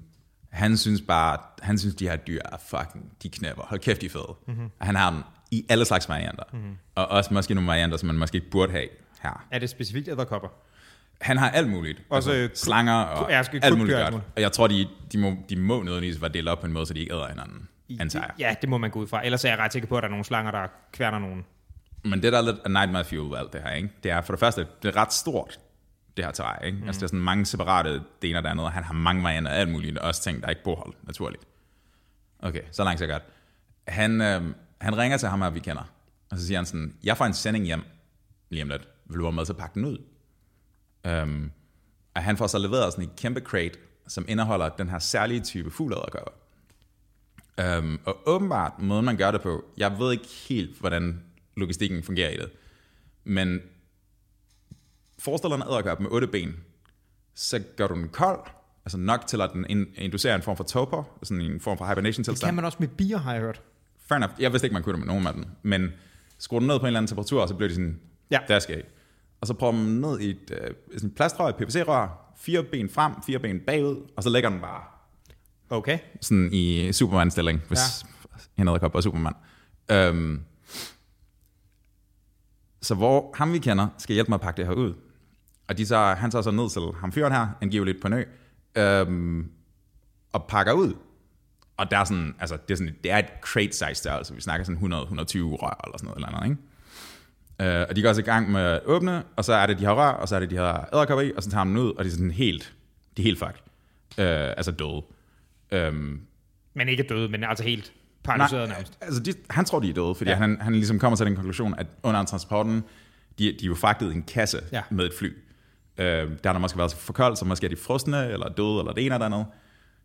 han synes bare, han synes, de her dyr er fucking, de knæpper. Hold kæft, de er fede.
Mhm.
Mm-hmm. Og han har dem i alle slags varianter. Mm-hmm. Og også måske nogle varianter, som man måske ikke burde have her.
Er det specifikt æderkopper?
Han har alt muligt. Altså,
Også, øh,
slanger og
ja, skal-
alt
krybdyr
muligt
og alt
godt.
muligt.
Og jeg tror, de, de, må, de må nødvendigvis være delt op på en måde, så de ikke æder hinanden, antager jeg.
Ja, det må man gå ud fra. Ellers er jeg ret sikker på, at der er nogle slanger, der kværner nogen.
Men det, der er lidt af nightmare fuel ved alt det her, ikke? det er for det første, det er ret stort, det her terræ. Ikke? Mm. Altså, der er sådan mange separate det ene og det andet, og han har mange varianter af alt muligt, også ting, der er ikke bohold, naturligt. Okay, så langt så godt. Han, øh, han ringer til ham her, vi kender, og så siger han sådan, jeg får en sending hjem lige om lidt. Vil du være med til at pakke den ud? Øhm, og han får så leveret sådan en kæmpe crate, som indeholder den her særlige type fugleæderkopper. Øhm, og åbenbart, måden man gør det på, jeg ved ikke helt, hvordan logistikken fungerer i det, men forestil dig en æderkop med otte ben, så gør du den kold, altså nok til, at den in- inducerer en form for toper, sådan en form for hibernation-tilstand.
Kan man også med bier, har jeg hørt.
Fair enough. Jeg vidste ikke, man kunne det med nogen af dem. Men skruer den ned på en eller anden temperatur, og så bliver de sådan,
Ja.
ja. der skal ikke. Og så prøver man den ned i et, øh, sådan et plastrør, et PVC-rør, fire ben frem, fire ben bagud, og så lægger den bare
Okay.
sådan i Superman-stilling, hvis ja. en æderkop var Superman. Øhm, så hvor ham vi kender, skal hjælpe mig at pakke det her ud. Og de så, han tager så ned til ham fyren her, angiveligt på en ø, øhm, og pakker ud. Og der er sådan, altså det er, sådan, det er et crate size størrelse, vi snakker sådan 100-120 rør eller sådan noget eller andet, ikke? Øh, og de går også i gang med at åbne, og så er det de her rør, og så er det de her æderkopper i, og så tager man dem ud, og de er sådan helt, de er helt fucked. Øh, altså døde. Øhm,
Men ikke døde, men altså helt paralyseret nærmest.
altså de, han tror, de er døde, fordi
Ja.
ja. han, han ligesom kommer til den konklusion, at under transporten, de, de er jo fragtet i en kasse
Ja.
ja. med et fly. Øh, der har der måske været for koldt, så måske er de frosne, eller døde, eller det ene eller det andet.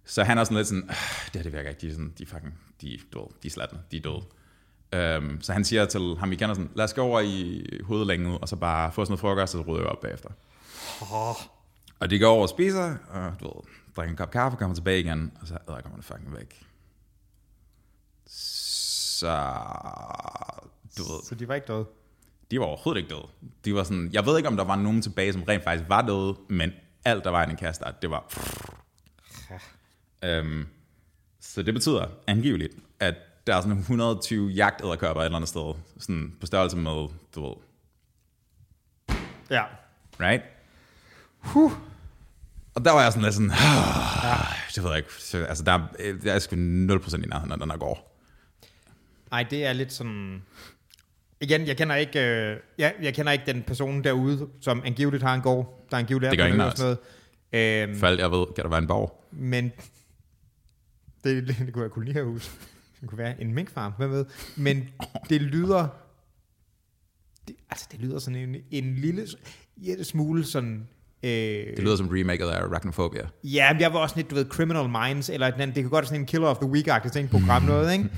Så han er sådan lidt sådan, "Ah, det her det virker ikke, de er, sådan, de er fucking, de er døde, de er slatne, de er døde. Øhm, så han siger til ham, vi kender sådan, lad os gå over i hovedlænget, og så bare få sådan noget frokost, og så rydder jeg op bagefter. Og de går over og spiser, og du ved, drikker en kop kaffe, kommer tilbage igen, og så "Åh, der kommer det fucking væk. Så, du ved,
Så de var ikke døde.
de var overhovedet ikke døde. De var sådan, jeg ved ikke, om der var nogen tilbage, som rent faktisk var døde, men alt, der var i den kasse, der, det var... Øhm, så det betyder angiveligt, at der er sådan 120 jagtæderkopper et eller andet sted, sådan på størrelse med, du ved,
Ja.
right? Huh. Og der var jeg sådan lidt sådan, ja. det ved jeg ikke, Så, altså der, er- der er sgu 0% i nærheden, af den der går.
Ej, det er lidt sådan... Igen, jeg kender ikke, øh, ja, jeg kender ikke den person derude, som angiveligt har en gård, der angiveligt er
Det gør
på en ø
ingen
og sådan noget. Øhm,
For alt jeg ved, kan der være en borg.
men det, det kunne være et kolonihavehus. Det kunne være en minkfarm, hvem ved. Men det lyder... Det, altså, det lyder sådan en, en lille ja, smule sådan... Øh,
Det lyder som remaket af Arachnophobia.
Ja, men jeg var også lidt, du ved, Criminal Minds, eller et eller andet. Det kan godt være sådan en Killer of the Week-agtig ting, program noget, ikke?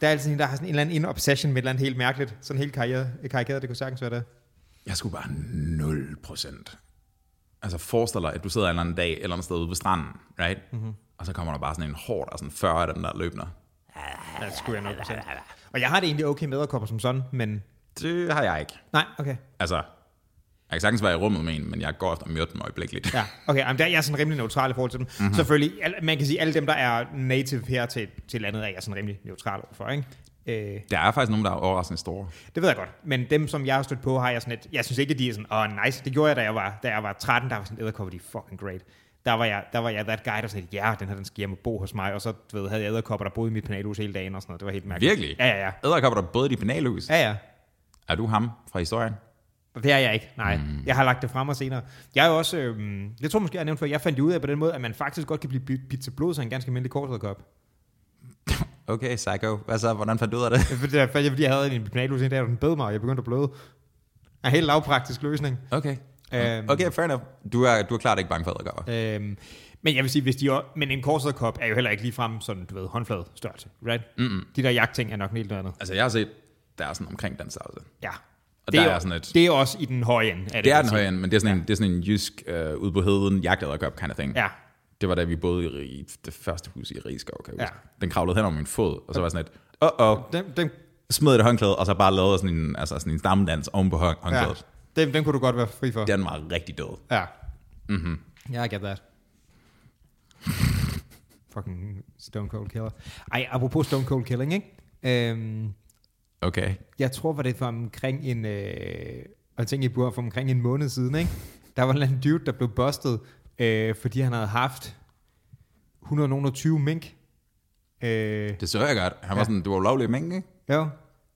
Der er altid sådan en, der har sådan en eller anden indre obsession med et eller andet helt mærkeligt. Sådan helt karriere, karikeret, det kunne sagtens være det.
Jeg skulle bare 0%. Altså forestil dig, at du sidder en eller anden dag et eller andet sted ude på stranden, right?
Mhm.
Mm-hmm. Og så kommer der bare sådan en hård, der er sådan 40 af dem, der løbner.
Ja, det skulle jeg nok procent. Og jeg har det egentlig okay med at komme som sådan, men...
Det har jeg ikke.
Nej, okay.
Altså, jeg kan sagtens være i rummet med en, men jeg går efter at myrde dem øjeblikkeligt.
Ja, okay. Jamen, der er jeg sådan rimelig neutral i forhold til dem. Mm-hmm. Selvfølgelig, al, man kan sige, alle dem, der er native her til, til landet, er jeg sådan rimelig neutral overfor, ikke? Øh,
Der er faktisk nogen, der er overraskende store.
det ved jeg godt, men dem, som jeg har stødt på, har jeg sådan et, jeg synes ikke, at de er sådan, åh, oh, nice, det gjorde jeg, da jeg var, da jeg var 13, der var sådan, æderkopper, de er fucking great. Der var, jeg, der var jeg that guy, der sagde, ja, den her, den skal hjem og bo hos mig, og så du ved, havde jeg æderkopper, der boede i mit penalhus hele dagen og sådan noget. Det var helt mærkeligt.
Virkelig?
Ja, ja, ja.
Æderkopper, der både i de penalhus.
Ja, ja.
Er du ham fra historien?
Og Det er jeg ikke, nej. Mm. Jeg har lagt det frem og senere. Jeg er jo også, øhm, jeg tror måske, jeg har nævnt før, jeg fandt jo ud af på den måde, at man faktisk godt kan blive bi- bidt til blods af en ganske almindelig korsæderkop.
Okay, psycho. Hvad så? Hvordan fandt du ud af det?
Fordi, jeg, fordi jeg havde en penalhus en dag, og den bed mig, og jeg begyndte at bløde. En helt lavpraktisk løsning.
Okay.
Øhm.
Okay, fair enough. Du er, du er klart ikke bange for æderkopper.
Øhm, men jeg vil sige, hvis de er, men en korsæderkop er jo heller ikke ligefrem sådan, du ved, håndflade størrelse, right? Mm-mm. De der jagtting er nok en helt andet.
Altså, jeg har set, der er sådan omkring den størrelse.
Ja.
Og
det
der
jo-
er sådan et-
Det er også i den høje ende.
Det er den høje ende, men det er sådan en, det er sådan en jysk øh, ude på heden, jagtæderkop kind of thing.
Ja.
Det var da vi boede i, i det første hus i Rigskov, kan jeg huske.
Ja.
Den kravlede hen over min fod, og så var jeg sådan et, åh, oh, oh.
Den, den,
smed et håndklæde, og så bare lavede sådan en, altså sådan en stammedans oven på hånd-
ja,
håndklædet.
den, den kunne du godt være fri for.
Den var rigtig død.
Ja.
Mhm.
Mm-hmm. Yeah, I get that. Fucking Stone Cold Killer. Ej, apropos Stone Cold Killing, ikke? Øhm,
Okay.
jeg tror, var det for omkring en... Øh, og jeg tænker, I burde for omkring en måned siden, ikke? Der var en eller anden dude, der blev bustet, øh, fordi han havde haft 120 mink. Øh,
Det så jeg godt. Han var
Ja.
sådan, du var ulovlig mængde, ikke?
jo,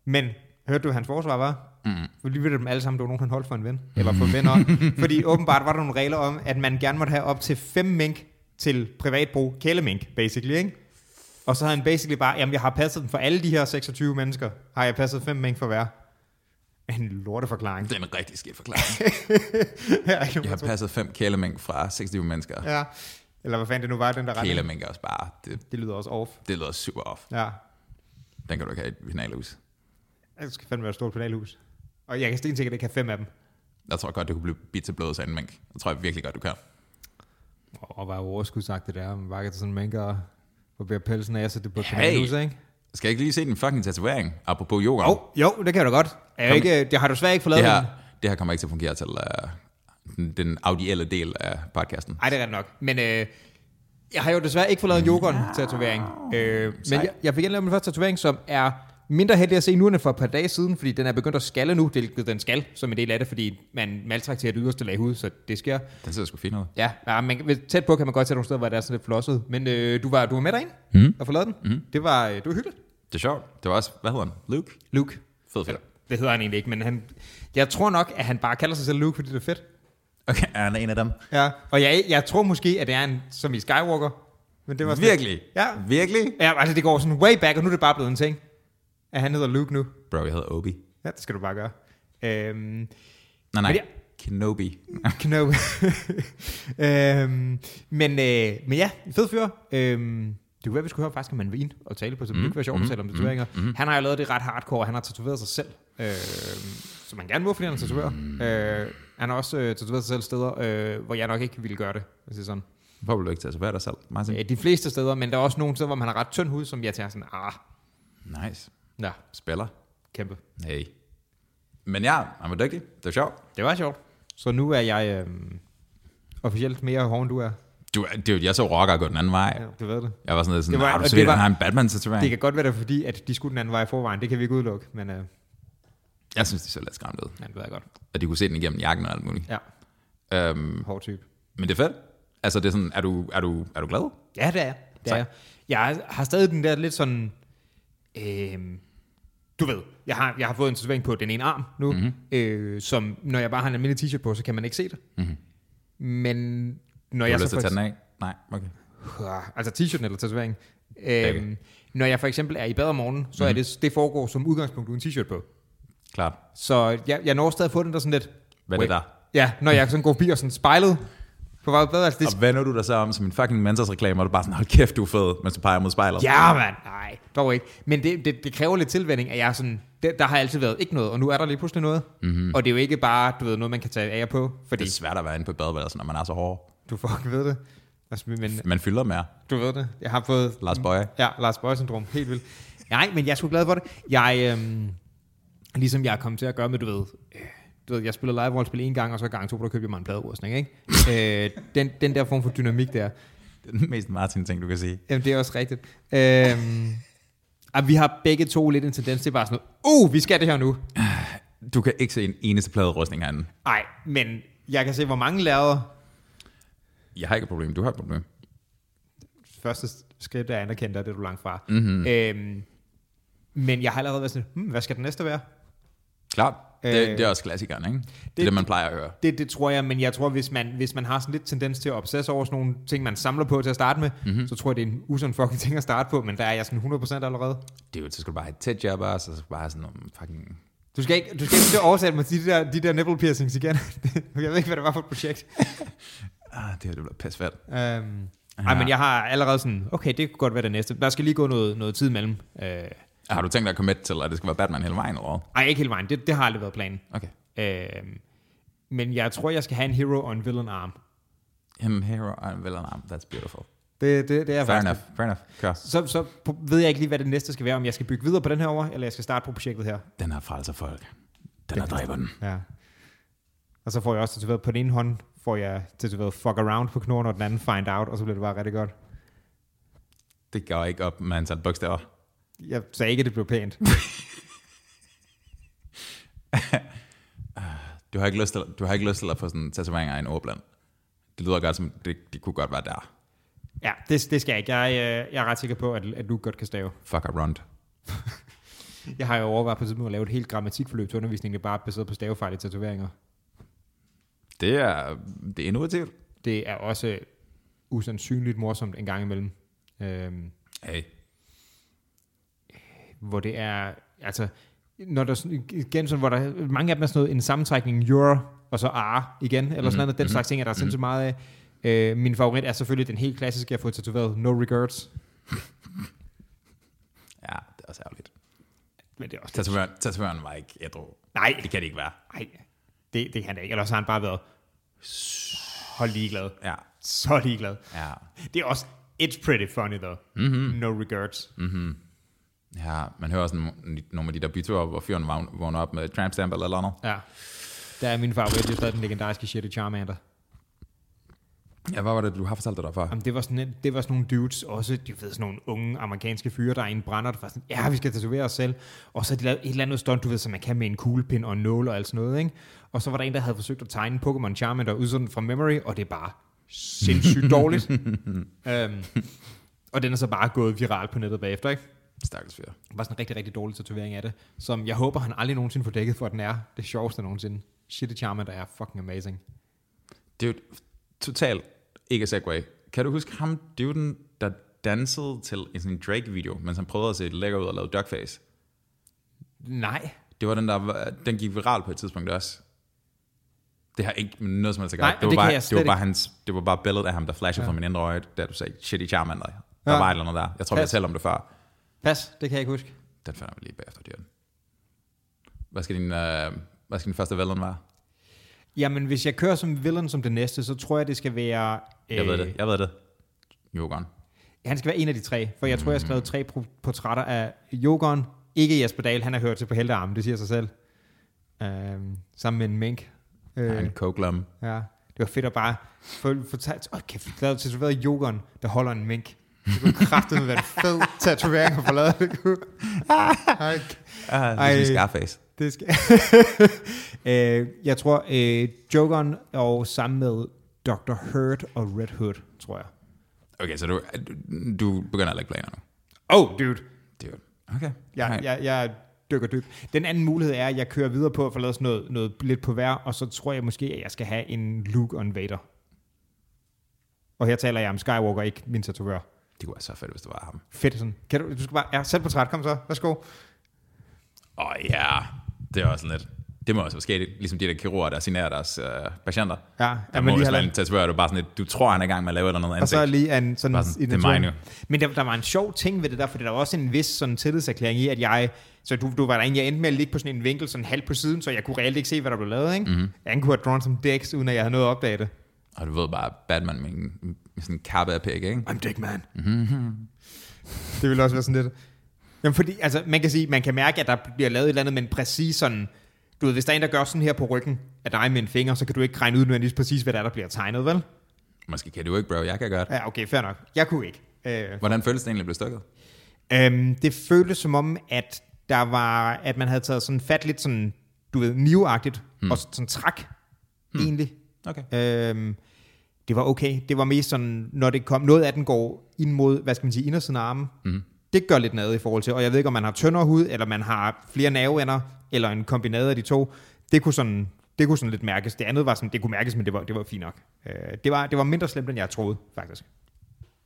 men hørte du, hvad hans forsvar var? Mm. For lige ved dem alle sammen, det var nogen, han holdt for en ven. Eller for venner. fordi åbenbart var der nogle regler om, at man gerne måtte have op til fem mink til privat brug. Kælemink, basically, ikke? Og så havde han basically bare, jamen jeg har passet dem for alle de her 26 mennesker. Har jeg passet fem mink for hver? En lorteforklaring.
Det er en rigtig skidt forklaring.
Jeg har ikke nogen
Jeg har passet fem kælemængder fra 26 mennesker. Ja.
Ja. Eller hvad fanden det nu var, den der retning.
Kælemængder også bare, det,
Det lyder også off.
det lyder super off.
Ja.
Den kan du ikke have i et finalhus.
Det skal fandme være et stort penalhus. Og jeg kan stensikkert sikkert ikke have fem af dem.
Jeg tror godt, du kunne blive bidt til blodet af en mink. Jeg tror jeg virkelig godt, du kan.
Og var jo overskudsagt det der, man vakker til sådan en mænke og barberer pelsen af, så det bliver
Hey! penalhuset,
ikke?
Skal jeg ikke lige se den fucking tatovering? Apropos yoga.
Jo, jo, det kan du godt. Er jeg
Kom.
ikke, det har du svært ikke fået
det,
lavet.
her,
men-
det her kommer ikke til at fungere til uh, den, den audielle del af podcasten.
Ej, det er ret nok. Men øh, jeg har jo desværre ikke fået lavet en yoghurt-tatovering. Øh, men
Sej.
jeg, jeg fik lavet min første tatovering, som er mindre heldig at se nu, end for et par dage siden, fordi den er begyndt at skalle nu, det den skal, som en del af det, fordi man maltrakterer det yderste lag hud, så det sker.
Den ser sgu fint ud.
Ja, ja man, tæt på kan man godt tage nogle steder, hvor det er sådan lidt flosset. Men øh, du, var, du var med derinde mm. og forlod den. Mm. Det, var, øh, det var hyggeligt.
Det er sjovt. Det var også, hvad hedder han? Luke?
Luke.
Fed fedt.
Det hedder han egentlig ikke, men han, jeg tror nok, at han bare kalder sig selv Luke, fordi det er fedt.
Okay, er han en af dem?
Ja. Og jeg, jeg tror måske, at det er en, som i Skywalker. Men det var sådan-
Virkelig?
Ja.
Virkelig?
Ja, altså det går sådan way back, og nu er det bare blevet en ting. At han hedder Luke nu.
Bro, jeg hedder Obi.
Ja, det skal du bare gøre. Øhm,
Nej, nej.
Men jeg-
Kenobi.
Kenobi. øhm, men, øh, men ja, fed fyr. Øhm, det kunne være, vi skulle høre faktisk om man vin og tale
Altså,
på, så det
Mm,
kunne være sjovt
Mhm.
at tale om tatoveringer. Han har jo lavet det ret hardcore, og han har tatoveret sig selv. Øh, som man gerne må, fordi han er tatoveret. Øh, han har også øh, tatoveret sig selv steder, øh, hvor jeg nok ikke ville gøre det. Hvis det er sådan.
Hvorfor vil du ikke tage så dig selv, Martin?
Øh, de fleste steder, men der er også nogle steder, hvor man har ret tynd hud, som jeg tager sådan, ah,
Nice.
ja,
Spiller.
kæmpe.
Hey. Men ja, han var dygtig. Det var sjovt.
Det var sjovt. Så nu er jeg øh, officielt mere hård, end du er.
Du, er- det, er jo- jeg så rocker gå den anden vej.
Ja, du ved det.
Jeg var sådan lidt sådan,
Det var-
"Ah, du
og
så
det
vidt,
var-
han har en Batman-tatovering.
Det kan godt være, det er fordi, at de skulle den anden vej i forvejen. Det kan vi ikke udelukke, men øh,
Jeg synes, det så lidt skræmt ud.
ja, det ved jeg godt.
Og de kunne se den igennem jakken og alt muligt.
Ja,
Øhm,
hård type.
men det er fedt. Altså, det er sådan, er du, er du, er du glad?
Ja, det er jeg. Det er
Tak.
jeg. jeg har stadig den der lidt sådan... Øh, du ved, jeg har, jeg har fået en tatovering på den ene arm nu, mm-hmm. øh, som når jeg bare har en almindelig t-shirt på, så kan man ikke se det.
Mhm.
Mm-hmm. Men når
Du
jeg
har
så
lyst til
for
at tage den af? Nej, okay.
Uah, Altså t-shirten eller tatoveringen. Øhm, når jeg for eksempel er i bad om morgenen, så mm-hmm. er det, det foregår som udgangspunkt uden t-shirt på.
Klart.
Så jeg, jeg når stadig at få den der sådan lidt...
Hvad er det
Wait.
der?
Ja, når jeg sådan går forbi og sådan spejlet på vej bedre. Altså det,
Og vender du dig så om som en fucking mentorsreklame, og du er bare sådan, hold kæft, du er fed, mens du peger mod spejlet.
ja, mand. Nej, dog ikke. Men det, det, det kræver lidt tilvænding, at jeg er sådan... Det, der har altid været ikke noget, og nu er der lige pludselig noget. Mm-hmm. Og det er jo ikke bare, du ved, noget man kan tage af på, fordi
Det er svært at være inde på et badeværelse, når man er så hård.
du fucking ved det. Altså, men
Man fylder mere.
du ved det. Jeg har fået
Lars Bøje.
Ja, Lars Bøje-syndrom, helt vildt. Nej, men jeg er sgu glad for det. Jeg, øhm, ligesom jeg er kommet til at gøre med, du ved, øh, du ved, jeg spillede live rollespil en gang, og så gang to, der købte jeg mig en pladeoversning, ikke? øh, den, den der form for dynamik der,
Det er den mest Martin-ting, du kan sige.
jamen, det er også rigtigt. Øhm, at vi har begge to lidt en tendens til bare sådan noget, uh, vi skal det her nu.
Du kan ikke se en eneste pladerustning herinde.
Nej, men jeg kan se, hvor mange laver
Jeg har ikke et problem, du har et problem.
første skridt er anerkendt, og det er du langt fra.
Mm.
Mm-hmm. Øhm, men jeg har allerede været sådan, hmm, hvad skal den næste være?
Klart. Det,
Øh.
det er også klassikeren, ikke? Det, det
Det-
er det, man plejer at høre.
Det, det tror jeg, men jeg tror, hvis man, hvis man har sådan lidt tendens til at obsesse over sådan nogle ting, man samler på til at starte med,
Mhm.
mm-hmm. så tror jeg, det er en usund fucking ting at starte på, men der er jeg sådan 100% allerede.
Det er jo, så skal du bare have et tæt job også, og så bare sådan nogle fucking...
Du skal ikke, du skal ikke til at oversætte mig til de der, de der nipple piercings igen. jeg ved ikke, hvad det var for et projekt.
Ah, det her, det bliver pisse fedt.
Um, ja. Ej,
Ja.
men jeg har allerede sådan, okay, det kunne godt være det næste. Der skal lige gå noget, noget tid imellem. Øh,
Har du tænkt dig at komme med til, at det skal være Batman hele vejen eller hvad?
ej, ikke hele vejen. Det, det har aldrig været planen.
Okay.
Øh, men jeg tror, jeg skal have en hero og en villain arm.
En hero og en villain arm. ah, That's beautiful.
Det, det, det er
Fair
faktisk
enough. Fair enough. Kør.
så, så pro- ved jeg ikke lige, hvad det næste skal være, om jeg skal bygge videre på den her over, eller jeg skal starte på projektet her.
Den her frelser folk. Den her dræber den.
Ja. Og så får jeg også tatoveret på den ene hånd, får jeg tatoveret fuck around på knoren, og den anden find out, og så bliver det bare rigtig godt.
Det går ikke op med antal bogstaver.
Jeg sagde ikke, at det blev pænt.
Du har ikke lyst til, du har ikke lyst til at få sådan tatoveringer af en overbland. Det lyder godt som, det, det kunne godt være der.
Ja, det, det skal jeg ikke. Jeg, øh, jeg er ret sikker på, at, at du godt kan stave.
Fuck around.
Jeg har jo overvejet på et tidspunkt at lave et helt grammatikforløb til undervisningen, det er bare baseret på stavefejl i tatoveringer.
Det er, det er innovativt.
Det er også usandsynligt morsomt en gang imellem. Øhm,
Hey.
hvor det er, altså, når der, sådan- igen sådan, hvor der, mange af dem er sådan noget, en sammentrækning, your, og så are igen, eller sådan noget, den slags ting, er der mm sindssygt meget af. Øh, min favorit er selvfølgelig den helt klassiske, jeg har fået tatoveret, no regrets.
Ja, det er også ærgerligt.
Men det er også
Tatovøren, tatovøren var ikke ædru.
Nej.
Det kan det ikke være.
Nej, det, det kan det ikke. Ellers har han bare været hold ligeglad.
Ja,
Så ligeglad.
ja,
Det er også, it's pretty funny though. Mm-hmm. No regrets. Mm.
ja. Man hører også nogle- nogle af de der byture, hvor fyren vågn- vågner op med et tramp stamp eller noget.
Ja. Der er min favorit, det er stadig den legendariske shit i Charmander.
Ja, hvad var det, du har fortalt dig derfor?
Jamen, det var, sådan, en- det var sådan nogle dudes, også du ved, sådan nogle unge amerikanske fyre, der er i en brænder, der var sådan, ja, vi skal tatovere os selv. Og så har de lavet et eller andet stunt, du ved, som man kan med en kuglepind og en nål og alt sådan noget, ikke? Og så var der en, der havde forsøgt at tegne Pokémon Charmander ud sådan fra memory, og det er bare sindssygt dårligt. øhm, og den er så bare gået viral på nettet bagefter, ikke?
Stakkels fyr.
Det var sådan en rigtig, rigtig dårlig tatovering af det, som jeg håber, han aldrig nogensinde får dækket for, at den er det sjoveste nogensinde. Shit, Charmander er fucking amazing.
Det er jo et totalt ikke segway. Kan du huske ham, duden, der dansede til en sådan Drake-video, mens han prøvede at se lækker ud og lave duckface?
Nej.
Det var den, der var- den gik viral på et tidspunkt også. Det har ikke med noget som helst at gøre.
Nej,
det, var
det kan
bare,
jeg
det,
slet
var bare hans, det var bare billedet af ham, der flashede ja. fra min indre øje, da du sagde shitty Charmander. Der
Ja.
var et eller andet der. Jeg tror, vi
Pas.
talte om det før.
Pas, det kan jeg ikke huske.
Den finder vi lige bagefter, Dylan. Hvad skal din, øh, hvad skal din første villain være?
Jamen, hvis jeg kører som villain som det næste, så tror jeg, det skal være... øh,
Jeg ved det, jeg ved det. Jogon.
Han skal være en af de tre, for jeg tror, jeg har skrevet tre pro- portrætter af Jokeren. Ikke Jesper Dahl, han er hørt til på heltearmen, det siger sig selv. Øhm, sammen med en mink.
Øh.
Øh,
En koglum.
ja. Det var fedt at bare få, få taget... Åh, kæft, jeg lavede tatoveret Jokeren, der holder en mink. Det kunne kraftedeme være en fed tatovering at få lavet. Det kunne. Ej,
Ah,
Ej.
det er Scarface.
Det skal... øh, jeg tror, øh, Jokeren og sammen med Dr. Hurt og Red Hood, tror jeg.
Okay, så du, du, du begynder at lægge planer nu.
Oh, dude.
Det er jo- Okay.
Jeg,
Alright.
jeg, jeg dykker dybt. Den anden mulighed er, at jeg kører videre på at få lavet sådan noget, noget lidt på hver, og så tror jeg måske, at jeg skal have en Luke og en Vader. Og her taler jeg om Skywalker, ikke min tatovør.
Det kunne være så fedt, hvis det var ham.
Fedt sådan. Kan du, du skal bare, ja, sæt på træt, kom så, værsgo.
Åh oh, ja, yeah. det er også sådan lidt. Det må også være sket, ligesom de der kirurger, der signerer deres øh, patienter.
Ja,
der
at
må
man lige
vist
har
være
lavet-
en tatovør, du er bare sådan lidt, du tror, han er i gang med at lave et eller andet
Og så
ansigt.
lige en sådan...
Bare sådan,
i
det er mig
naturen. Men der, der, var en sjov ting ved det der, for der var også en vis sådan tillidserklæring i, at jeg... Så du, du var derinde, jeg endte med at ligge på sådan en vinkel, sådan halvt på siden, så jeg kunne reelt ikke se, hvad der blev lavet, ikke?
Mhm.
Mm-hmm. Han kunne have drawn som dæks, uden at jeg havde noget at opdage det.
Og du ved bare, Batman med, en, med sådan en kappe af pæk, ikke?
I'm dick man. det ville også være sådan lidt... Jamen fordi, altså, man kan sige, man kan mærke, at der bliver lavet et eller andet, men præcis sådan... Du ved, hvis der er en, der gør sådan her på ryggen af dig med en finger, så kan du ikke regne ud nødvendigvis præcis, hvad der er, der bliver tegnet, vel?
Måske kan du ikke, bro. Jeg kan godt.
Ja, okay, fair nok. Jeg kunne ikke. Øh,
Hvordan føles det egentlig at blive stukket?
Øhm, det føltes som om, at der var, at man havde taget sådan fat lidt sådan, du ved, nivagtigt, hmm. og sådan træk, hmm. egentlig.
Okay.
Øhm, det var okay. Det var mest sådan, når det kom, noget af den går ind mod, hvad skal man sige, indersiden af armen. Mm. Det gør lidt noget i forhold til, og jeg ved ikke, om man har tyndere hud, eller man har flere nerveender, eller en kombination af de to. Det kunne sådan, det kunne sådan lidt mærkes. Det andet var sådan, det kunne mærkes, men det var, det var fint nok. Øh, det, var, det var mindre slemt, end jeg troede, faktisk.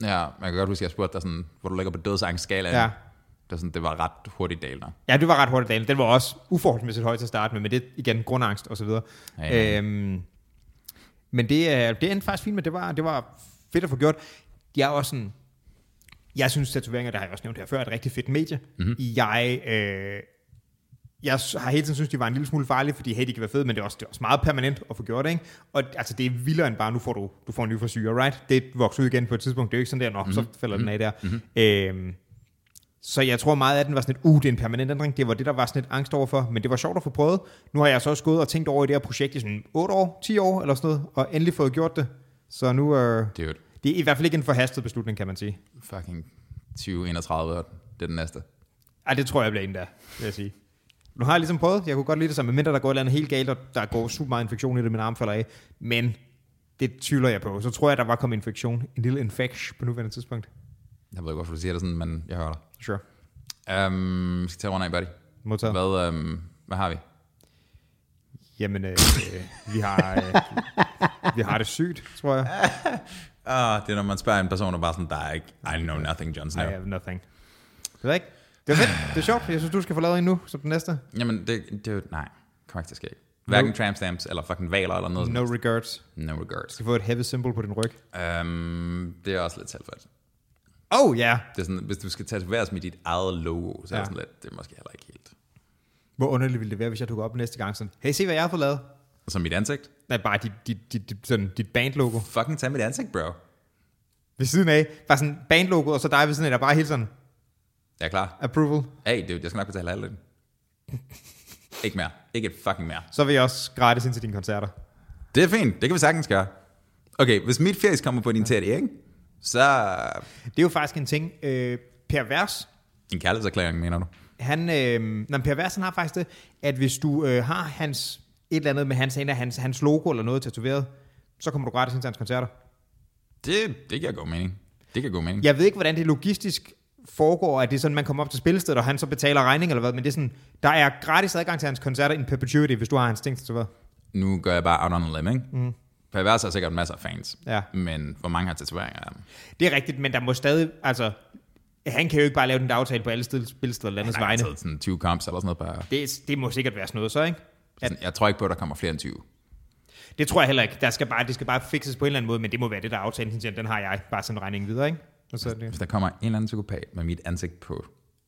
Ja, man kan godt huske, at jeg spurgte dig sådan, hvor du ligger på dødsangstskalaen.
Ja.
Det, var sådan, det var ret hurtigt dalende.
Ja, det var ret hurtigt dagen. Den var også uforholdsmæssigt høj til at starte med, men det er igen grundangst og så videre.
Ja, ja.
Øhm, men det, er- det endte faktisk fint, men det var, det var fedt at få gjort. Jeg er også sådan, jeg synes tatoveringer, det har jeg også nævnt her før, er et rigtig fedt medie.
Mhm.
Mm-hmm. Jeg, øh, jeg s- har hele tiden synes de var en lille smule farlige, fordi hey, de kan være fede, men det er også, det er også meget permanent at få gjort, ikke? Og altså, det er vildere end bare, nu får du, du får en ny forsyre, right? Det vokser ud igen på et tidspunkt, det er jo ikke sådan der, nå, mm-hmm. så falder den af der. Mm-hmm. Øhm, så jeg tror meget af den var sådan et, uh, det er en permanent ændring. Det var det, der var sådan lidt angst overfor, men det var sjovt at få prøvet. Nu har jeg så også gået og tænkt over i det her projekt i sådan 8 år, 10 år eller sådan noget, og endelig fået gjort det. Så nu øh,
Det er jo et
det er i hvert fald ikke en forhastet beslutning, kan man sige.
fucking 2031, det er den næste.
Ej, det tror jeg bliver en der, vil jeg sige. Nu har jeg ligesom prøvet, jeg kunne godt lide det sammen, mindre der går et eller andet helt galt, og der går super meget infektion i det, min arm falder af. Men det tvivler jeg på. Så tror jeg, der var kommet infektion. En lille infection på nuværende tidspunkt.
Jeg ved ikke, hvorfor du siger det sådan, men jeg hører dig.
Sure.
Um, vi skal tage one night, buddy.
Modtaget.
Hvad, um, hvad har vi?
Jamen, øh, øh, vi, har, øh, vi har det sygt, tror jeg.
Ah, det er, når man spørger en person, og bare sådan, der er ikke, I know nothing, Jon Snow.
I have nothing. Det ved jeg ikke. Det er fedt. Det er sjovt. Jeg synes, du skal få lavet en nu, som den næste.
Jamen, det, det er jo, nej, kommer ikke til at ske. Hverken tramp stamps, eller fucking valer, eller noget.
No regards.
no
Du
regards.
skal få et heavy symbol på din ryg.
Um, det er også lidt selvfødt.
Oh ja. Yeah.
Det er sådan, hvis du skal tatoveres med dit eget logo, så er
Ja.
det sådan lidt, det er måske heller ikke helt.
Hvor underligt ville det være, hvis jeg tog op næste gang sådan, hey, se hvad jeg har fået lavet.
Og så mit ansigt.
Nej, bare dit, dit, dit, dit, sådan, dit bandlogo.
Fucking tag mit ansigt, bro.
Ved siden af, bare sådan bandlogo, og så dig ved siden af, der bare hele sådan,
Jeg er klar.
approval.
Hey, dude, jeg skal nok betale halvdelen. ikke mere. Ikke et fucking mere.
Så vil jeg også gratis ind til dine koncerter.
Det er fint. Det kan vi sagtens gøre. Okay, hvis mit fjæs kommer på din tæt, ikke? Så...
Det er jo faktisk en ting. Øh, per vers,
Din kærlighedserklæring, mener du?
han, øh, nej, per vers, han har faktisk det, at hvis du øh, har hans, et eller andet med hans, en af hans, hans logo eller noget tatoveret, så kommer du gratis ind til hans koncerter.
Det, det giver god mening. Det giver god mening.
Jeg ved ikke, hvordan det logistisk foregår, at det er sådan, man kommer op til spillestedet, og han så betaler regning eller hvad, men det er sådan, der er gratis adgang til hans koncerter in perpetuity, hvis du har hans ting tatoveret.
Nu gør jeg bare out on a limb, ikke? Mm. Pervers har sikkert masser af fans.
Ja.
Men hvor mange har tatoveringer af dem?
Det er rigtigt, men der må stadig, altså, han kan jo ikke bare lave den der aftale på alle sted- spillesteder eller landets
Der er
vegne.
taget sådan 20 kamps eller sådan noget. Bare.
Det, det må sikkert være sådan noget så, ikke?
Sådan, Jeg tror ikke på, at der kommer flere end 20.
Det tror jeg heller ikke. Der skal bare, det skal bare fixes på en eller anden måde, men det må være det, der er aftalen. Sådan siger, Den har jeg. Bare send regningen videre, ikke? Og så er det.
Hvis der kommer en eller anden psykopat med mit ansigt på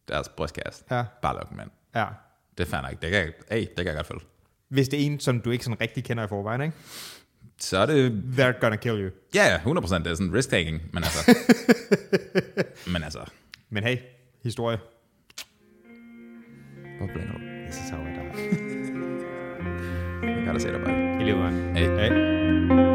deres brystkasse,
Ja.
bare luk dem ind.
Ja.
Det er fair nok. Det kan jeg, hey, det kan jeg godt følge.
Hvis det er en, som du ikke sådan rigtig kender i forvejen, ikke?
Så er det,
They're gonna kill you.
ja, ja, 100% det er sådan risk-taking, men altså, men altså,
Men hey, historie.
hvor blander du?
This is how I die.
Jeg kan da se dig bare.
I lever.
Hey.
Hey.